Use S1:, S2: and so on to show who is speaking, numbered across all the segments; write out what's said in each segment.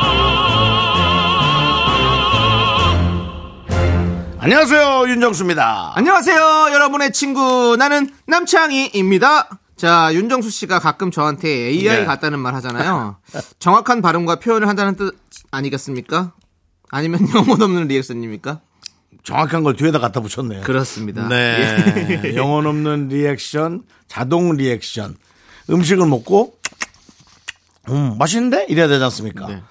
S1: 안녕하세요 윤정수입니다.
S2: 안녕하세요, 여러분의 친구. 나는 남창희입니다. 자, 윤정수 씨가 가끔 저한테 AI
S1: 네.
S2: 같다는 말 하잖아요. 정확한 발음과 표현을 한다는 뜻 아니겠습니까? 아니면 영혼 없는 리액션입니까?
S1: 정확한 걸 뒤에다 갖다 붙였네요.
S2: 그렇습니다.
S1: 네. 영혼 없는 리액션, 자동 리액션. 음식을 먹고 음 맛있는데 이래야 되지 않습니까?
S2: 네.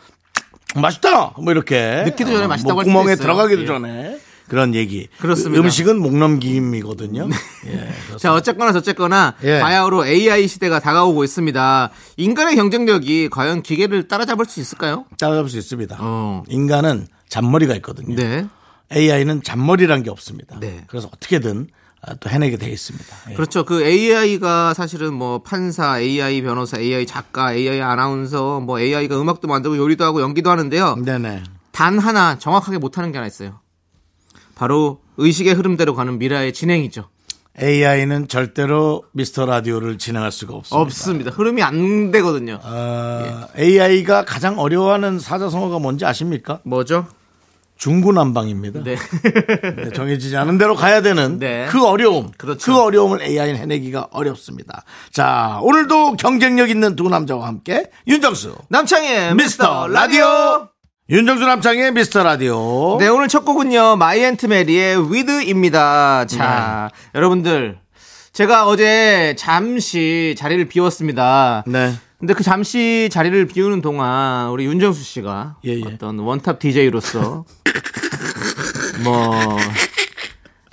S1: 맛있다 뭐 이렇게
S2: 넣기도 전에
S1: 어,
S2: 맛있다고 할
S1: 목구멍에
S2: 수도 있어요.
S1: 들어가기도
S2: 예.
S1: 전에 그런 얘기.
S2: 그렇습니다. 네.
S1: 음식은 목넘김이거든요. 예.
S2: 자, 어쨌거나 저쨌거나
S1: 예.
S2: 바야흐로 AI 시대가 다가오고 있습니다. 인간의 경쟁력이 과연 기계를 따라잡을 수 있을까요?
S1: 따라잡을 수 있습니다.
S2: 어.
S1: 인간은 잔머리가 있거든요.
S2: 네.
S1: AI는 잔머리란 게 없습니다.
S2: 네.
S1: 그래서 어떻게든 아, 또 해내게 돼 있습니다. 예.
S2: 그렇죠. 그 AI가 사실은 뭐 판사, AI 변호사, AI 작가, AI 아나운서, 뭐 AI가 음악도 만들고 요리도 하고 연기도 하는데요.
S1: 네네.
S2: 단 하나 정확하게 못하는 게 하나 있어요. 바로 의식의 흐름대로 가는 미라의 진행이죠.
S1: AI는 절대로 미스터 라디오를 진행할 수가 없습니다.
S2: 없습니다. 흐름이 안 되거든요.
S1: 어, AI가 가장 어려워하는 사자성어가 뭔지 아십니까?
S2: 뭐죠?
S1: 중구난방입니다.
S2: 네.
S1: 네, 정해지지 않은 대로 가야 되는
S2: 네.
S1: 그 어려움, 그
S2: 그렇죠.
S1: 어려움을 AI는 해내기가 어렵습니다. 자, 오늘도 경쟁력 있는 두 남자와 함께 윤정수,
S2: 남창의
S1: 미스터 라디오. 윤정수 남창의 미스터 라디오.
S2: 네, 오늘 첫 곡은요. 마이앤트 메리의 위드입니다. 자,
S1: 네.
S2: 여러분들. 제가 어제 잠시 자리를 비웠습니다.
S1: 네.
S2: 근데 그 잠시 자리를 비우는 동안 우리 윤정수 씨가
S1: 예, 예.
S2: 어떤 원탑 DJ로서 뭐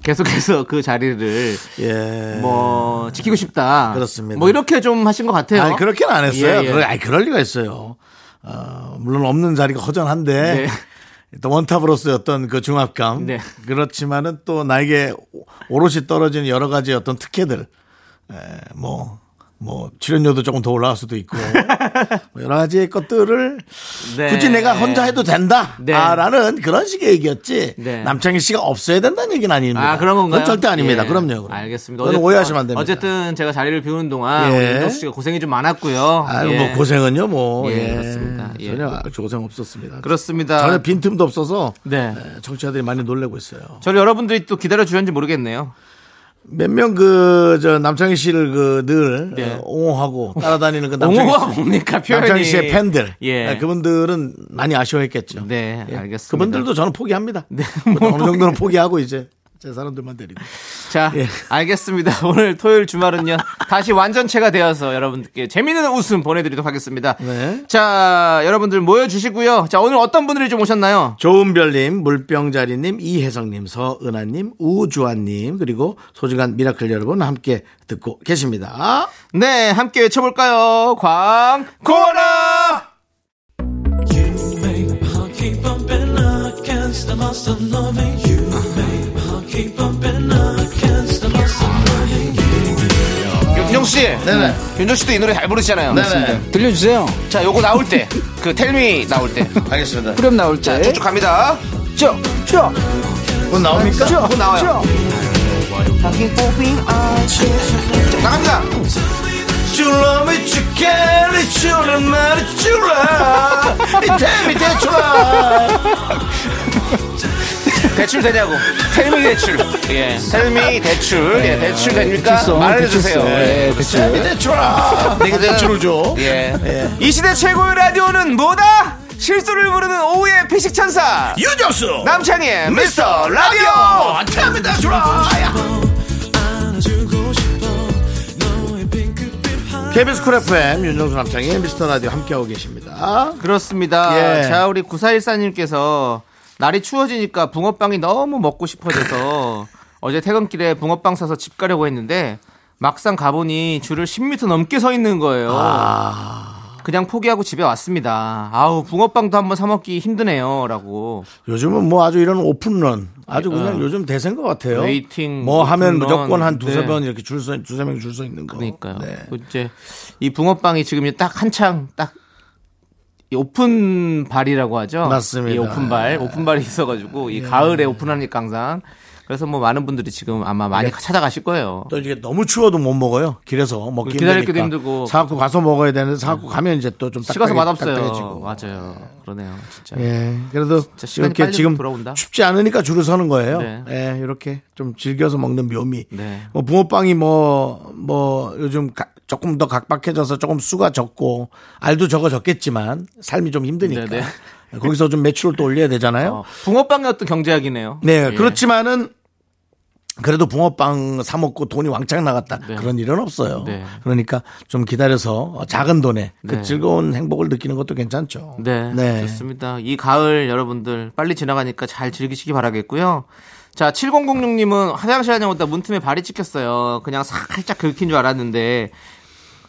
S2: 계속해서 그 자리를
S1: 예.
S2: 뭐 지키고 싶다.
S1: 그렇습니다.
S2: 뭐 이렇게 좀 하신 것 같아요.
S1: 아니, 그렇게는 안 했어요.
S2: 예, 예.
S1: 그럴, 아니, 그럴 리가 있어요. 어, 물론 없는 자리가 허전한데.
S2: 네.
S1: 또 원탑으로서의 어떤 그 중압감.
S2: 네.
S1: 그렇지만은 또 나에게 오- 오롯이 떨어지는 여러 가지 어떤 특혜들. 에, 뭐, 뭐, 출연료도 조금 더 올라갈 수도 있고. 뭐 여러 가지 것들을
S2: 네.
S1: 굳이 내가 혼자 해도 된다.
S2: 네.
S1: 아, 라는 그런 식의 얘기였지.
S2: 네.
S1: 남창희 씨가 없어야 된다는 얘기는 아닙니다.
S2: 아, 그런 건가요?
S1: 그건 절대 아닙니다.
S2: 예.
S1: 그럼요. 그럼요.
S2: 알겠습니다.
S1: 그건
S2: 어쨌-
S1: 오해하시면 안 됩니다.
S2: 어쨌든 제가 자리를 비우는 동안
S1: 예.
S2: 우리 윤정수 씨가 고생이 좀 많았고요.
S1: 아유
S2: 예.
S1: 뭐 고생은요 뭐
S2: 예,
S1: 예,
S2: 그렇습니다. 예.
S1: 전혀 아주 고생 없었습니다.
S2: 그렇습니다.
S1: 전혀 빈틈도 없어서
S2: 네.
S1: 예, 청취자들이 많이 놀라고 있어요.
S2: 저를 여러분들이 또 기다려 주셨는지 모르겠네요.
S1: 몇 명 그 저 남창희 씨를 그 늘
S2: 네.
S1: 옹호하고 따라다니는 그 남창희
S2: 옹호가
S1: 씨.
S2: 뭡니까 표현이?
S1: 남창희 씨의 팬들
S2: 예.
S1: 예, 그분들은 많이 아쉬워했겠죠. 예,
S2: 네, 알겠습니다.
S1: 그분들도 저는 포기합니다.
S2: 뭐
S1: 어느 정도는 포기하고 이제 제 사람들만 데리고.
S2: 자,
S1: 예.
S2: 알겠습니다. 오늘 토요일 주말은요. 다시 완전체가 되어서 여러분들께 재미있는 웃음 보내드리도록 하겠습니다.
S1: 네.
S2: 자, 여러분들 모여주시고요. 자, 오늘 어떤 분들이 좀 오셨나요?
S1: 조은별님, 물병자리님, 이혜성님, 서은아님, 우주환님 그리고 소중한 미라클 여러분 함께 듣고 계십니다.
S2: 네, 함께 외쳐볼까요? 광, 고라! 윤정씨,
S1: 네네.
S2: 윤정씨도 이 노래 잘 부르시잖아요.
S1: 네네.
S3: 들려주세요.
S2: 자, 요거 나올 때, 그 텔미 나올 때,
S1: 알겠습니다.
S3: 그럼 나올 때.
S2: 쭉쭉 갑니다.
S3: 쭉, 쭉,
S1: 곧 나옵니까?
S2: 곧 나와요. 자, 나갑니다.
S1: You love me, you care, it's you, no matter you love. It tell me that you love.
S2: 대출 되냐고. 텔미 대출. 예. 텔미 대출. 예, 대출 됩니까?
S3: 대출성,
S2: 말해주세요.
S3: 대출성.
S2: 예.
S3: 예,
S1: Tell
S3: 대출.
S1: me that you love. 내가 대출을 줘.
S2: 예. 이 시대 최고의 라디오는 뭐다? 실수를 부르는 오후의 피식천사.
S1: 유정수.
S2: 남창희의 음. 미스터 라디오! 예,
S1: 라디오. Tell me that you love. KBS 쿨 FM 윤정수 남창희 미스터 라디오 함께하고 계십니다.
S2: 그렇습니다.
S1: 예.
S2: 자, 우리 9414님께서 날이 추워지니까 붕어빵이 너무 먹고 싶어져서 어제 퇴근길에 붕어빵 사서 집 가려고 했는데 막상 가보니 줄을 10m 넘게 서 있는 거예요. 그냥 포기하고 집에 왔습니다. 아우 붕어빵도 한번 사 먹기 힘드네요라고.
S1: 요즘은 뭐 아주 이런 오픈런 아주 그냥 요즘 대세인 것 같아요.
S2: 웨이팅,
S1: 뭐 하면
S2: 오픈런.
S1: 무조건 한 두세
S2: 네.
S1: 번 이렇게 줄 서, 두세 명 줄 서 있는 거.
S2: 그러니까요.
S1: 네.
S2: 그 이제 이 붕어빵이 지금 이제 딱 한창 딱이 오픈발이라고 하죠.
S1: 맞습니다. 네. 예.
S2: 이 오픈발, 오픈발이 있어가지고 이 가을에 오픈하니까 항상 그래서 뭐 많은 분들이 지금 아마 많이 찾아가실 거예요.
S1: 또 이게 너무 추워도 못 먹어요. 길에서 먹기
S2: 기다리기도
S1: 힘드니까.
S2: 힘들고.
S1: 사갖고 가서 먹어야 되는데 사갖고 가면 이제 또 좀
S2: 식어서 맛없어요.
S1: 딱딱해지고.
S2: 맞아요. 그러네요. 진짜.
S1: 예, 그래도
S2: 시간이
S1: 이렇게
S2: 빨리
S1: 지금
S2: 돌아온다.
S1: 춥지 않으니까 줄을 서는 거예요.
S2: 네.
S1: 예, 이렇게 좀 즐겨서 먹는 묘미.
S2: 네.
S1: 뭐 붕어빵이 뭐, 뭐 요즘 가- 조금 더 각박해져서 조금 수가 적고 알도 적어졌겠지만 삶이 좀 힘드니까
S2: 네,
S1: 거기서 좀 매출을 또 올려야 되잖아요.
S2: 어, 붕어빵의 어떤 경제학이네요.
S1: 네,
S2: 예.
S1: 그렇지만은 그래도 붕어빵 사 먹고 돈이 왕창 나갔다
S2: 네.
S1: 그런 일은 없어요.
S2: 네.
S1: 그러니까 좀 기다려서 작은 돈에 그
S2: 네.
S1: 즐거운 행복을 느끼는 것도 괜찮죠.
S2: 네, 좋습니다. 이 가을 여러분들 빨리 지나가니까 잘 즐기시기 바라겠고요. 자, 7006님은 화장실 다녀오다 문틈에 발이 찍혔어요. 그냥 살짝 긁힌 줄 알았는데,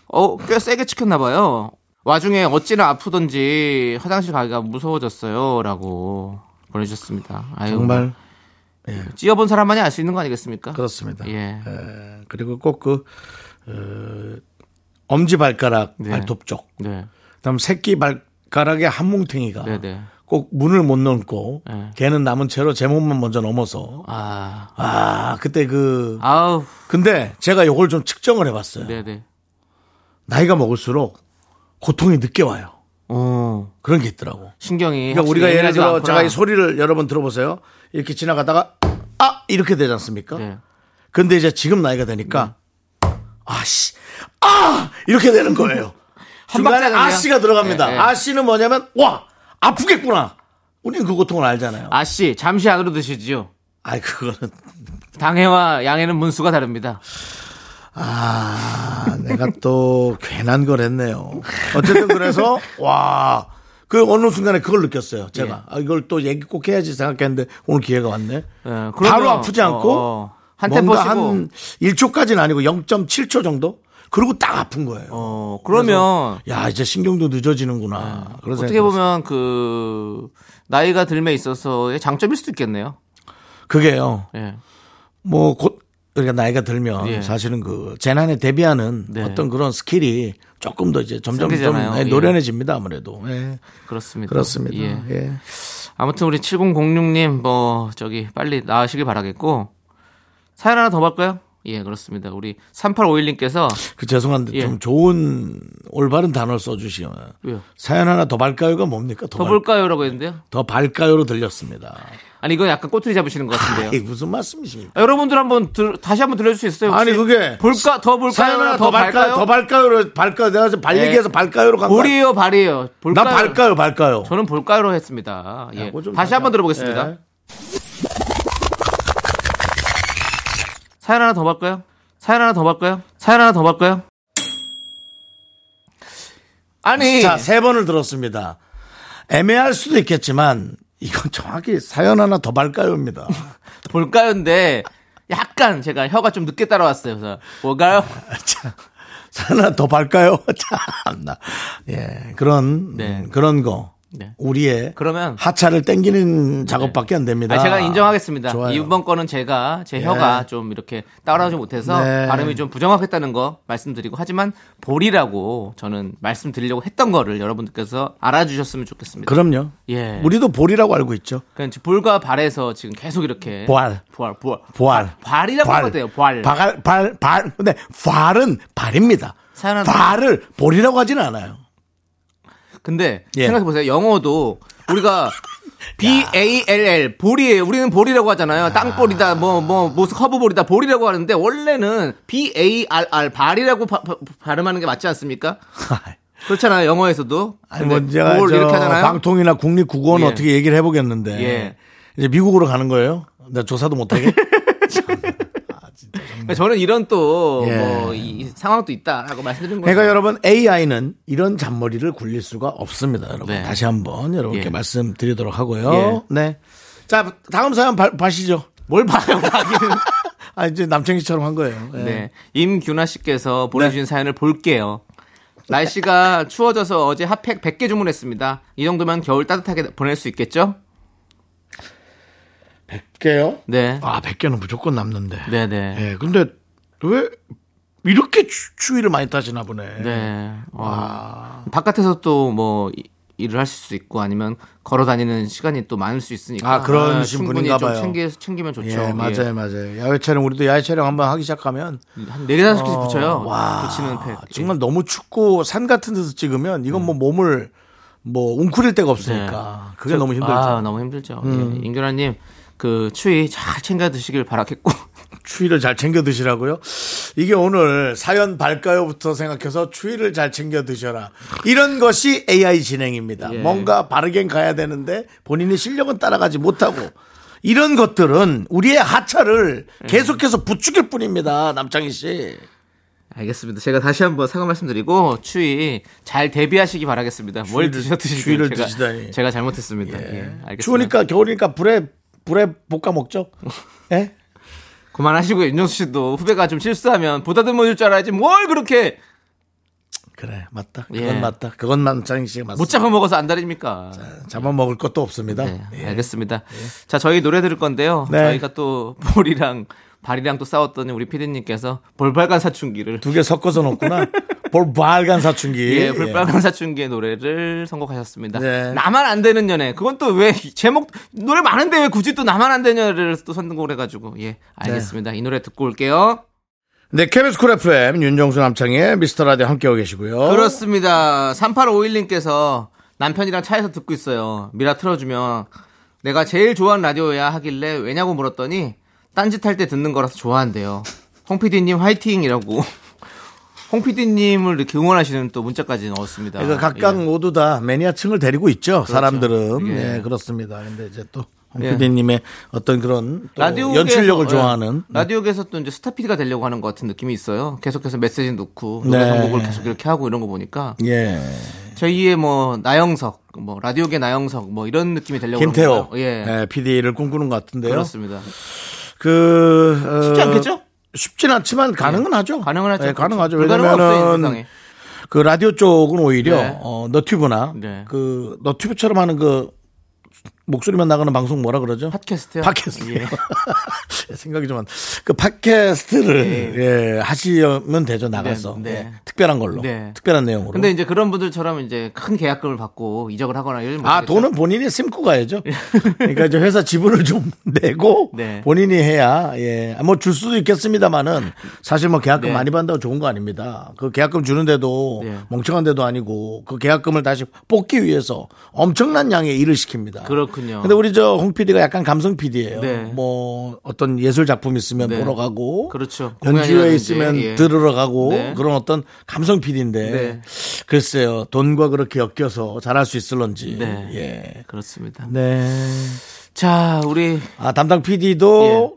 S2: 어, 꽤 세게 찍혔나봐요. 와중에 어찌나 아프던지 화장실 가기가 무서워졌어요. 라고 보내주셨습니다. 아유,
S1: 정말
S2: 찌어본 사람만이 알 수 있는 거 아니겠습니까?
S1: 그렇습니다.
S2: 예.
S1: 에, 그리고 꼭 그 어, 엄지 발가락
S2: 네.
S1: 발톱 쪽,
S2: 네.
S1: 그다음 새끼 발가락의 한 뭉탱이가
S2: 네, 네.
S1: 꼭 문을 못 넘고
S2: 네.
S1: 걔는 남은 채로 제 몸만 먼저 넘어서
S2: 아,
S1: 아 그때 그
S2: 아우,
S1: 근데 제가 요걸 좀 측정을 해봤어요.
S2: 네네.
S1: 나이가 먹을수록 고통이 늦게 와요.
S2: 어,
S1: 그런 게 있더라고.
S2: 신경이.
S1: 그러니까 우리가 예를
S2: 확실히 예민하지가
S1: 들어
S2: 않구나.
S1: 제가 이 소리를 여러분 들어보세요. 이렇게 지나가다가 아 이렇게 되지 않습니까?
S2: 네.
S1: 근데 이제 지금 나이가 되니까 네. 아씨 아 이렇게 되는 거예요.
S2: 한
S1: 중간에
S2: 박자잖아요.
S1: 아씨가 들어갑니다.
S2: 네, 네.
S1: 아씨는 뭐냐면 와 아프겠구나. 우리는 그 고통을 알잖아요. 아,
S2: 아씨, 잠시 안으로 드시지요.
S1: 이 그거는
S2: 당해와 양해는 문수가 다릅니다.
S1: 아 내가 또 괜한 걸 했네요. 어쨌든 그래서 와. 그 어느 순간에 그걸 느꼈어요. 제가 아, 이걸 또 얘기 꼭 해야지 생각했는데 오늘 기회가 왔네.
S2: 예, 그러면,
S1: 바로 아프지 않고
S2: 어, 어. 한 템포
S1: 뭔가
S2: 쉬고.
S1: 한 1초까지는 아니고 0.7초 정도? 그리고 딱 아픈 거예요.
S2: 어, 그러면
S1: 야, 이제 신경도 늦어지는구나. 아, 그런
S2: 네. 어떻게
S1: 생각이
S2: 보면 그 나이가 들매 있어서의 장점일 수도 있겠네요.
S1: 들었어요. 그게요.
S2: 예.
S1: 뭐 곧 우리가 나이가 들면
S2: 예.
S1: 사실은 그 재난에 대비하는
S2: 네.
S1: 어떤 그런 스킬이 조금 더 이제 점점 좀
S2: 생기잖아요.
S1: 예,
S2: 예.
S1: 노련해집니다 아무래도. 예.
S2: 그렇습니다.
S1: 그렇습니다.
S2: 예.
S1: 예.
S2: 아무튼 우리 7006님 뭐 저기 빨리 나으시길 바라겠고 사연 하나 더 볼까요? 예, 그렇습니다. 우리 3851님께서
S1: 그 죄송한데
S2: 예.
S1: 좀 좋은 올바른 단어를 써주시면
S2: 왜요?
S1: 사연 하나 더 발까요가 뭡니까? 더,
S2: 더
S1: 발-
S2: 볼까요라고 했는데요.
S1: 더 발까요로 들렸습니다.
S2: 아니 이건 약간 꼬투리 잡으시는 것 같은데요.
S1: 이 무슨 말씀이십니까?
S2: 여러분들 한번 들- 다시 한번 들려줄 수 있어요? 혹시?
S1: 아니 그게
S2: 볼까 더 볼까요?
S1: 사연 하나 더 발까요? 더 발까요로 발까요? 내가 지금 발
S2: 예.
S1: 얘기해서 발까요로 간다.
S2: 볼이에요, 발이에요.
S1: 나
S2: 볼까요?
S1: 발까요, 발까요.
S2: 저는 볼까요로 했습니다. 예.
S1: 야, 뭐좀
S2: 다시
S1: 가자.
S2: 한번 들어보겠습니다.
S1: 예.
S2: 사연 하나 더 볼까요? 사연 하나 더 볼까요? 사연 하나 더 볼까요? 아니,
S1: 자, 세 번을 들었습니다. 애매할 수도 있겠지만 이건 정확히 사연 하나 더 발까요입니다.
S2: 볼까요인데 약간 제가 혀가 좀 늦게 따라왔어요. 그래서 볼까요?
S1: 자, 사연 하나 더 발까요? 참나. 예, 그런
S2: 네.
S1: 음, 그런 거.
S2: 네.
S1: 우리의
S2: 그러면
S1: 하차를 땡기는 작업밖에 안 됩니다.
S2: 아, 제가 인정하겠습니다.
S1: 좋아요. 예.
S2: 이번 거는 제가 제 혀가 좀 이렇게 따라오지 못해서
S1: 네.
S2: 발음이 좀 부정확했다는 거 말씀드리고 하지만 볼이라고 저는 말씀드리려고 했던 거를 여러분들께서 알아주셨으면 좋겠습니다.
S1: 그럼요.
S2: 예.
S1: 우리도 볼이라고 알고 있죠.
S2: 그냥 지금 그러니까 볼과 발에서 지금 계속 이렇게
S1: 보알.
S2: 보알, 보알.
S1: 보알.
S2: 발이라고 하면 아, 돼요. 발.
S1: 발, 발, 발. 근데 발은 발입니다.
S2: 사연은-
S1: 발을 볼이라고 하지는 않아요.
S2: 근데
S1: 예.
S2: 생각해 보세요. 영어도 우리가 B A L L 볼이에요. 우리는 볼이라고 하잖아요. 땅볼이다, 뭐 뭐 무슨 커브볼이다, 볼이라고 하는데 원래는 B A R R 발이라고 바- 바- 발음하는 게 맞지 않습니까? 그렇잖아요. 영어에서도
S1: 아니
S2: 근데
S1: 뭐 제가
S2: 볼
S1: 저
S2: 이렇게 하잖아요.
S1: 방통이나 국립국어는
S2: 예.
S1: 어떻게 얘기를 해보겠는데
S2: 예.
S1: 이제 미국으로 가는 거예요? 나 조사도 못하게.
S2: 그러니까 저는 이런 또
S1: 예.
S2: 뭐 이 상황도 있다라고 말씀드린 거예요.
S1: 그러니까 여러분 AI는 이런 잔머리를 굴릴 수가 없습니다, 여러분.
S2: 네.
S1: 다시 한번 여러분께
S2: 예.
S1: 말씀드리도록 하고요. 네. 자 다음 사연 봐, 봐시죠.
S2: 뭘 봐요, 하기는.
S1: 아 이제 남창희처럼 한 거예요. 예. 네.
S2: 네. 임규나 씨께서 보내주신 사연을 볼게요. 날씨가 추워져서 어제 핫팩 100개 주문했습니다. 이 정도면 겨울 따뜻하게 보낼 수 있겠죠?
S1: 100개요?
S2: 네.
S1: 아, 100개는 무조건 남는데.
S2: 네네.
S1: 예, 근데 왜 이렇게 추, 추위를 많이 타시나 보네.
S2: 네. 와. 바깥에서 또 뭐 일을 하실 수 있고 아니면 걸어 다니는 시간이 또 많을 수 있으니까 네,
S1: 아, 그러신
S2: 충분히
S1: 분인가
S2: 좀
S1: 봐요.
S2: 챙기, 챙기면 좋죠.
S1: 예, 맞아요, 맞아요. 야외 촬영 우리도 야외 촬영 한번 하기 시작하면
S2: 한네 개, 다섯 개씩 붙여요.
S1: 어, 와, 아,
S2: 붙이는 팩. 네. 예.
S1: 정말 너무 춥고 산 같은 데서 찍으면 이건 뭐 몸을 뭐 웅크릴 데가 없으니까 그게 너무 힘들죠. 음.
S2: 아, 너무 힘들죠. 예. 인규라님, 그 추위 잘 챙겨 드시길 바라겠고.
S1: 추위를 잘 챙겨 드시라고요. 이게 오늘 사연 발가요부터 생각해서 추위를 잘 챙겨 드셔라. 이런 것이 AI 진행입니다.
S2: 예.
S1: 뭔가 바르게 가야 되는데 본인의 실력은 따라가지 못하고 이런 것들은 우리의 하차를
S2: 음.
S1: 계속해서 부추길 뿐입니다. 남창희 씨.
S2: 알겠습니다. 제가 다시 한번 사과 말씀드리고 추위 잘 대비하시기 바라겠습니다. 뭘
S1: 추위를-
S2: 드셔 드시든
S1: 추위를
S2: 제가,
S1: 드시다니.
S2: 제가 잘못했습니다. 예. 알겠습니다.
S1: 추우니까 겨울이니까 불에 불에 볶아 먹죠. 예?
S2: 그만하시고 윤정수 씨도 후배가 좀 실수하면 보다듬어 줄 줄 알아야지 뭘 그렇게
S1: 그래 맞다.
S2: 예.
S1: 그건 맞다. 그건 남창희 씨가 맞습니다.
S2: 못 잡아먹어서 안 다립니까?
S1: 잡아 먹을 것도 없습니다.
S2: 네,
S1: 예.
S2: 알겠습니다. 자, 저희 노래 들을 건데요.
S1: 네.
S2: 저희가 또 볼이랑 발이랑 또 싸웠더니 우리 피디님께서 볼빨간 사춘기를
S1: 두 개 섞어서 놓구나. 볼 빨간 사춘기.
S2: 예, 볼빨간 사춘기의 노래를 선곡하셨습니다.
S1: 네.
S2: 나만 안 되는 연애. 그건 또 왜 제목 노래 많은데 왜 굳이 또 나만 안 되는 연애를 또 선곡을 해가지고 예, 알겠습니다. 이 노래 듣고 올게요.
S1: 네, 케빈스 쿨 FM 윤정수 남창의 미스터 라디오 함께하고 계시고요.
S2: 그렇습니다. 3851님께서 남편이랑 차에서 듣고 있어요. 미라 틀어주면 내가 제일 좋아하는 라디오야 하길래 왜냐고 물었더니 딴짓할 때 듣는 거라서 좋아한대요. 홍피디님 화이팅이라고. 홍피디님을 이렇게 응원하시는 또 문자까지 넣었습니다.
S1: 그러니까 각각
S2: 예.
S1: 모두 다 매니아층을 데리고 있죠. 사람들은.
S2: 예.
S1: 네, 그렇습니다. 근데 이제 또. 홍
S2: 예.
S1: PD님의 어떤 그런 또
S2: 라디오계에서-
S1: 연출력을
S2: 예.
S1: 좋아하는
S2: 라디오계에서 또 이제 스타 PD가 되려고 하는 것 같은 느낌이 있어요. 계속해서 메시지 넣고 노래
S1: 네.
S2: 선곡을 계속 이렇게 하고 이런 거 보니까
S1: 예
S2: 저희의 뭐 나영석, 뭐 라디오계 나영석 뭐 이런 느낌이 되려고 그런
S1: 김태호
S2: 건가요? 예.
S1: 네, PD를 꿈꾸는 것 같은데요.
S2: 그렇습니다.
S1: 그 어,
S2: 쉽지 않겠죠? 네.
S1: 쉽진 않지만 가능은 하죠.
S2: 가능은 하죠. 그렇죠.
S1: 예, 가능하죠.
S2: 불가능은 없어요, 이
S1: 왜냐면은
S2: 세상에.
S1: 그 라디오 쪽은 오히려
S2: 네.
S1: 어, 너튜브나
S2: 네.
S1: 그 너튜브처럼 하는 그 목소리만 나가는 방송 뭐라 그러죠?
S2: 팟캐스트요?
S1: 팟캐스트.
S2: 예.
S1: 생각이 좀 안. 그 팟캐스트를 예, 하시면 되죠 나가서
S2: 네, 네.
S1: 예, 특별한 걸로,
S2: 네.
S1: 특별한 내용으로.
S2: 근데 이제 그런 분들처럼 이제 큰 계약금을 받고 이적을 하거나 이런
S1: 아 돈은 본인이 심고 가야죠. 그러니까 이제 회사 지분을 좀 내고
S2: 네.
S1: 본인이 해야 예뭐 줄 수도 있겠습니다만은 사실 뭐 계약금
S2: 네.
S1: 많이 받는다고 좋은 거 아닙니다. 그 계약금 주는데도
S2: 네.
S1: 멍청한 데도 아니고 그 계약금을 다시 뽑기 위해서 엄청난 양의 일을 시킵니다.
S2: 그렇군요.
S1: 근데 우리 저 홍 PD가 약간 감성 PD예요.
S2: 네.
S1: 뭐 어떤 예술 작품 있으면
S2: 네.
S1: 보러 가고
S2: 그렇죠.
S1: 연주회
S2: 공연이라든지,
S1: 있으면
S2: 예.
S1: 들으러 가고
S2: 네.
S1: 그런 어떤 감성 PD인데
S2: 네.
S1: 글쎄요 돈과 그렇게 엮여서 잘할 수 있을런지
S2: 네.
S1: 예.
S2: 그렇습니다.
S1: 네.
S2: 자, 우리
S1: 아, 담당 PD도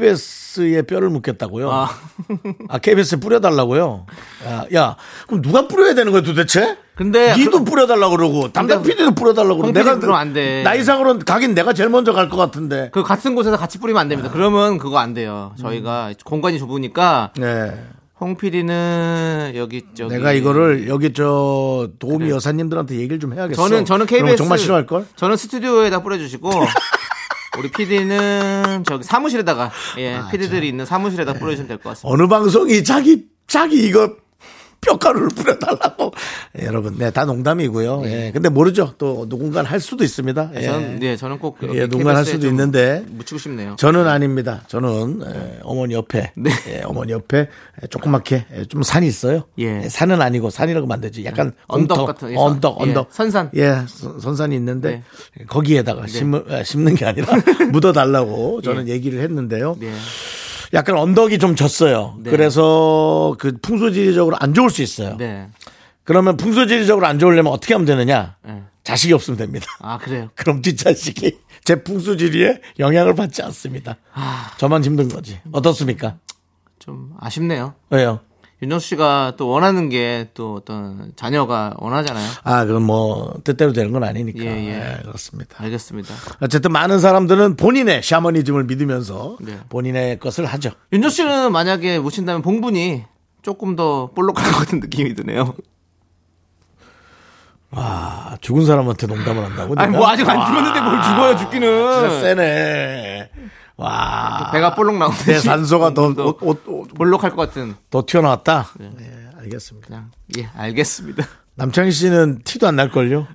S1: KBS에 뼈를 묻겠다고요?
S2: 예. 아.
S1: 아, KBS에 뿌려달라고요? 야, 야, 그럼 누가 뿌려야 되는 거야 도대체?
S2: 근데
S1: 니도 뿌려달라고 그러고, 담당
S2: 근데
S1: PD도 뿌려달라고 그러고.
S2: 홍 PD 는 그럼 안 돼.
S1: 나이상으로는 가긴 내가 제일 먼저 갈 것 같은데.
S2: 그 같은 곳에서 같이 뿌리면 안
S1: 네.
S2: 됩니다. 그러면 그거 안 돼요. 저희가 공간이 좁으니까
S1: 네.
S2: 홍 PD는 여기 저기
S1: 내가 이거를 여기 저 도우미 여사님들한테 얘기를 좀 해야겠어.
S2: 저는 저는
S1: 그러면
S2: KBS
S1: 정말 싫어할걸?
S2: 저는 스튜디오에다 뿌려주시고 우리 PD는 저기 사무실에다가 예
S1: 아,
S2: PD들이 있는 사무실에다
S1: 예.
S2: 뿌려주시면 될 것 같습니다.
S1: 어느 방송이 자기 자기 이거 뼈가루를 뿌려달라고 여러분 네 다 농담이고요
S2: 네.
S1: 예 근데 모르죠 또 누군가는 할 수도 있습니다 예.
S2: 저는 예 저는 꼭
S1: 예, 농간 할 수도 있는데
S2: 묻히고 싶네요.
S1: 저는 아닙니다 저는 예, 어머니 옆에
S2: 네.
S1: 예, 어머니 옆에 조그맣게 예, 좀 산이 있어요
S2: 예.
S1: 예, 산은 아니고 산이라고 만들지 약간
S2: 언덕
S1: 공터,
S2: 같은, 예,
S1: 언덕
S2: 선- 예,
S1: 언덕
S2: 선산. 네.
S1: 예 선- 선산이 있는데 거기에다가 심을, 아, 심는 게 아니라 묻어달라고 저는 얘기를 했는데요
S2: 예. 네.
S1: 약간 언덕이 좀 졌어요.
S2: 네.
S1: 그래서 그 풍수지리적으로 안 좋을 수 있어요.
S2: 네.
S1: 그러면 풍수지리적으로 안 좋으려면 어떻게 하면 되느냐?
S2: 네.
S1: 자식이 없으면 됩니다.
S2: 아 그래요.
S1: 그럼 뒷자식이 제 풍수지리에 영향을 받지 않습니다.
S2: 아.
S1: 저만 힘든 거지. 어떻습니까?
S2: 좀 아쉽네요.
S1: 왜요?
S2: 윤정수 씨가 또 원하는 게 또 어떤 자녀가 원하잖아요.
S1: 아, 그건 뭐 뜻대로 되는 건 아니니까.
S2: 예, 예.
S1: 예, 그렇습니다.
S2: 알겠습니다.
S1: 어쨌든 많은 사람들은 본인의 샤머니즘을 믿으면서
S2: 네.
S1: 본인의 것을 하죠.
S2: 윤정수 씨는 만약에 모신다면 봉분이 조금 더 볼록할 것 같은 느낌이 드네요.
S1: 와, 아, 죽은 사람한테 농담을 한다고?
S2: 아니
S1: 내가?
S2: 뭐 아직 안
S1: 와,
S2: 죽었는데 뭘 죽어요
S1: 진짜
S2: 죽기는.
S1: 세네. 와.
S2: 그 배가 볼록 나오듯이.
S1: 내 산소가 더,
S2: 또
S1: 옷, 옷, 옷,
S2: 볼록할 것 같은.
S1: 네, 음, 더 튀어나왔다? 예, 알겠습니다.
S2: 그냥 예 알겠습니다.
S1: 남창희 씨는 티도 안 날걸요?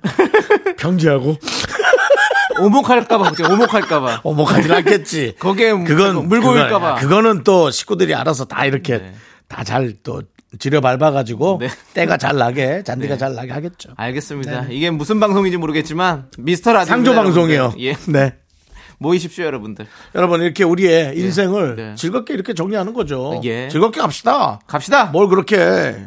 S1: 병지하고?
S2: 오목할까봐 걱정. 오목할까봐.
S1: 어, 뭐 가진 않겠지.
S2: 거기에
S1: 그건
S2: 물고일까 봐.
S1: 그거, 는또 식구들이 알아서 다 이렇게 다 잘 또 지려 밟아가지고
S2: 네.
S1: 때가 잘 나게 잔디가 잘 나게 하겠죠.
S2: 알겠습니다. 이게 무슨 방송인지 모르겠지만 미스터 라디오
S1: 상조 방송이요.
S2: 예
S1: 네.
S2: 모이십시오 여러분들.
S1: 여러분 이렇게 우리의 인생을
S2: 네.
S1: 즐겁게 이렇게 정리하는 거죠.
S2: 예.
S1: 즐겁게 갑시다.
S2: 갑시다. 예.
S1: 뭘 그렇게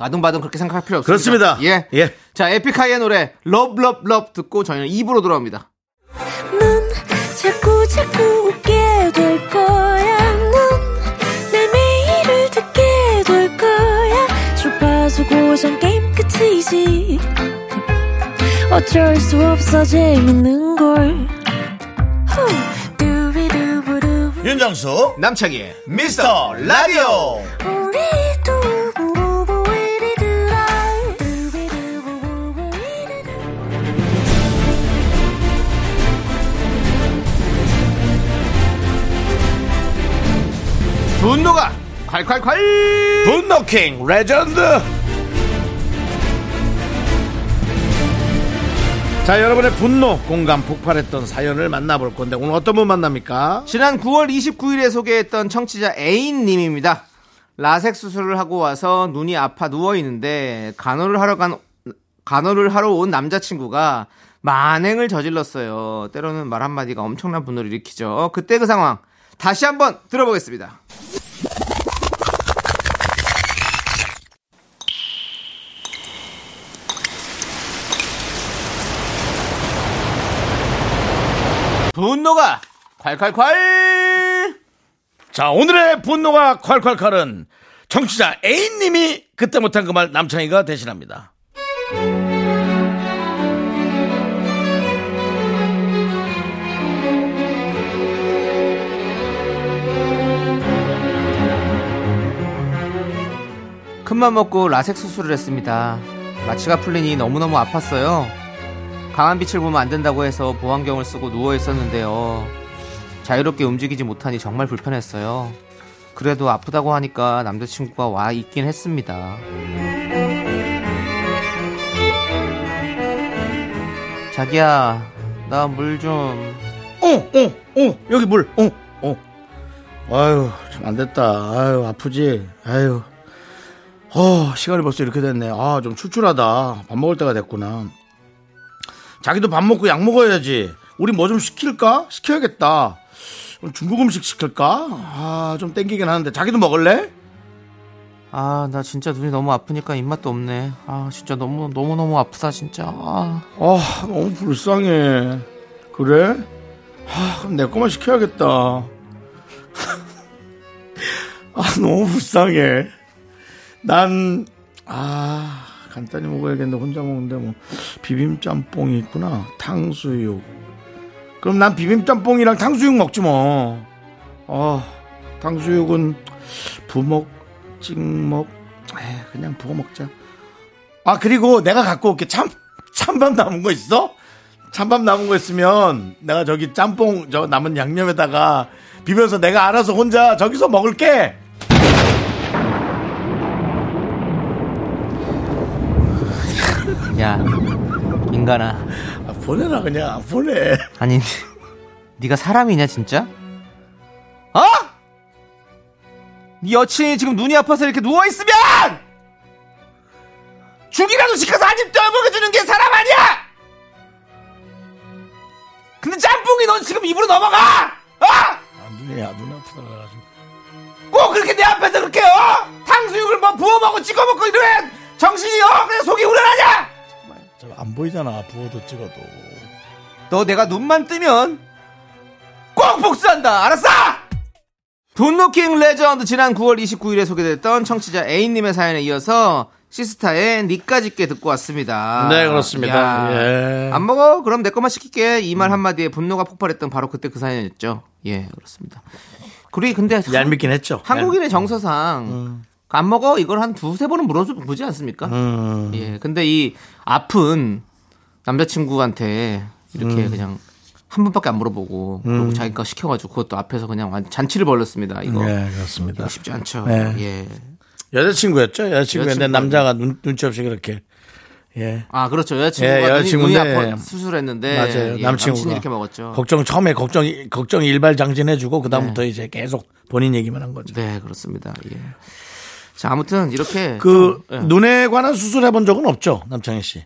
S2: 아둥바둥 그렇게 생각할 필요 없습니다.
S1: 그렇습니다.
S2: 예.
S1: 예.
S2: 자 에픽하이의 노래 러브 러브 러브 듣고 저희는 2부로 돌아옵니다.
S3: 넌 자꾸 자꾸 웃게 될 거야. 넌내 매일을 듣게 될 거야. 주파수 고정 게임 끝이지. 어쩔 수 없어 재밌는 걸. 후. 두비두부두.
S1: 윤정수
S2: 남창희의
S1: 미스터 라디오
S3: 우리 두부부부 우리들아. 두비두부부부 우리들아.
S2: 분노가 콸콸콸
S1: 분노킹 레전드 자 여러분의 분노 공감 폭발했던 사연을 만나볼 건데 오늘 어떤 분 만납니까?
S2: 지난 9월 29일에 소개했던 청취자 A님입니다. 라섹 수술을 하고 와서 눈이 아파 누워 있는데 간호를 하러 간 간호를 하러 온 남자친구가 만행을 저질렀어요. 때로는 말 한마디가 엄청난 분노를 일으키죠. 그때 그 상황 다시 한번 들어보겠습니다. 분노가 콸콸콸!
S1: 자 오늘의 분노가 콸콸콸은 청취자 A님이 그때 못한 그 말 남창희가 대신합니다
S2: 큰맘 먹고 라섹 수술을 했습니다. 마취가 풀리니 너무너무 아팠어요. 강한 빛을 보면 안 된다고 해서 보안경을 쓰고 누워 있었는데요. 자유롭게 움직이지 못하니 정말 불편했어요. 그래도 아프다고 하니까 남자친구가 와 있긴 했습니다. 자기야, 나 물 좀
S1: 어 어 어 여기 물어어 어. 아유 참 안 됐다 아유 아프지 아유 어 시간이 벌써 이렇게 됐네 아 좀 출출하다 밥 먹을 때가 됐구나 자기도 밥 먹고 약 먹어야지 우리 뭐 좀 시킬까 시켜야겠다 그럼 중국 음식 시킬까 아 좀 땡기긴 하는데 자기도 먹을래
S2: 아, 나 진짜 눈이 너무 아프니까 입맛도 없네. 아, 진짜 너무 너무 너무 아프다 진짜. 아.
S1: 아 너무 불쌍해 그래 아 그럼 내 거만 시켜야겠다 아 너무 불쌍해 난아 간단히 먹어야겠는데 혼자 먹는데 뭐 비빔 짬뽕이 있구나 탕수육 그럼 난 비빔 짬뽕이랑 탕수육 먹지 뭐 아, 탕수육은 부먹 찍먹 에 그냥 부어 먹자 아 그리고 내가 갖고 올게 참 찬밥 남은 거 있어? 찬밥 남은 거 있으면 내가 저기 짬뽕 저 남은 양념에다가 비벼서 내가 알아서 혼자 저기서 먹을게.
S2: 야. 인간아.
S1: 아, 보내라 그냥 보내.
S2: 아니, 네가 사람이냐 진짜? 어? 네 여친이 지금 눈이 아파서 이렇게 누워 있으면 죽이라도 시켜서 한입 떠먹여주는 게 사람 아니야! 근데 짬뽕이 넌 지금 입으로 넘어가! 어?
S1: 아, 눈이 아, 눈 아프다 그래가지고.
S2: 꼭 그렇게 내 앞에서 그렇게 어? 탕수육을 뭐 부어 먹고 찍어 먹고 이래 정신이 어 그냥 속이 우려나냐?
S1: 저 안 보이잖아 부어도 찍어도.
S2: 너 내가 눈만 뜨면 꼭 복수한다 알았어 분노킹 레전드 지난 9월 29일에 소개됐던 청취자 A님의 사연에 이어서 시스타의 니까지 께 듣고 왔습니다
S1: 네, 그렇습니다.
S2: 야,
S1: 예. 음.
S2: 안 먹어 그럼 내 것만 시킬게 이 말 한마디에 분노가 폭발했던 바로 그때 그 사연이었죠 예 그렇습니다 그리 근데 한-
S1: 얄밉긴 했죠.
S2: 한국인의 정서상 안 먹어? 이걸 한 두세 번은 물어보지 않습니까?
S1: 음.
S2: 예. 근데 이 아픈 남자친구한테 이렇게
S1: 음.
S2: 그냥 한 번밖에 안 물어보고 그리고 자기가 시켜가지고 그것도 앞에서 그냥 완- 잔치를 벌였습니다. 이거
S1: 네, 그렇습니다.
S2: 이거 쉽지 않죠.
S1: 네.
S2: 예.
S1: 여자친구였죠? 여자친구였는데
S2: 여자친구.
S1: 남자가 눈, 눈치 없이 그렇게. 예.
S2: 아 그렇죠. 여자친구가
S1: 예,
S2: 눈이- 눈이
S1: 여자친구인데
S2: 아파 수술했는데
S1: 맞아요.
S2: 예,
S1: 네, 남친구가
S2: 남친이 이렇게 먹었죠.
S1: 걱정 처음에 걱정 걱정 일발장진해주고 그 다음부터 이제 계속 본인 얘기만 한 거죠.
S2: 네 그렇습니다. 예. 자 아무튼 이렇게
S1: 그
S2: 좀, 예.
S1: 눈에 관한 수술 해본 적은 없죠, 남창희 씨.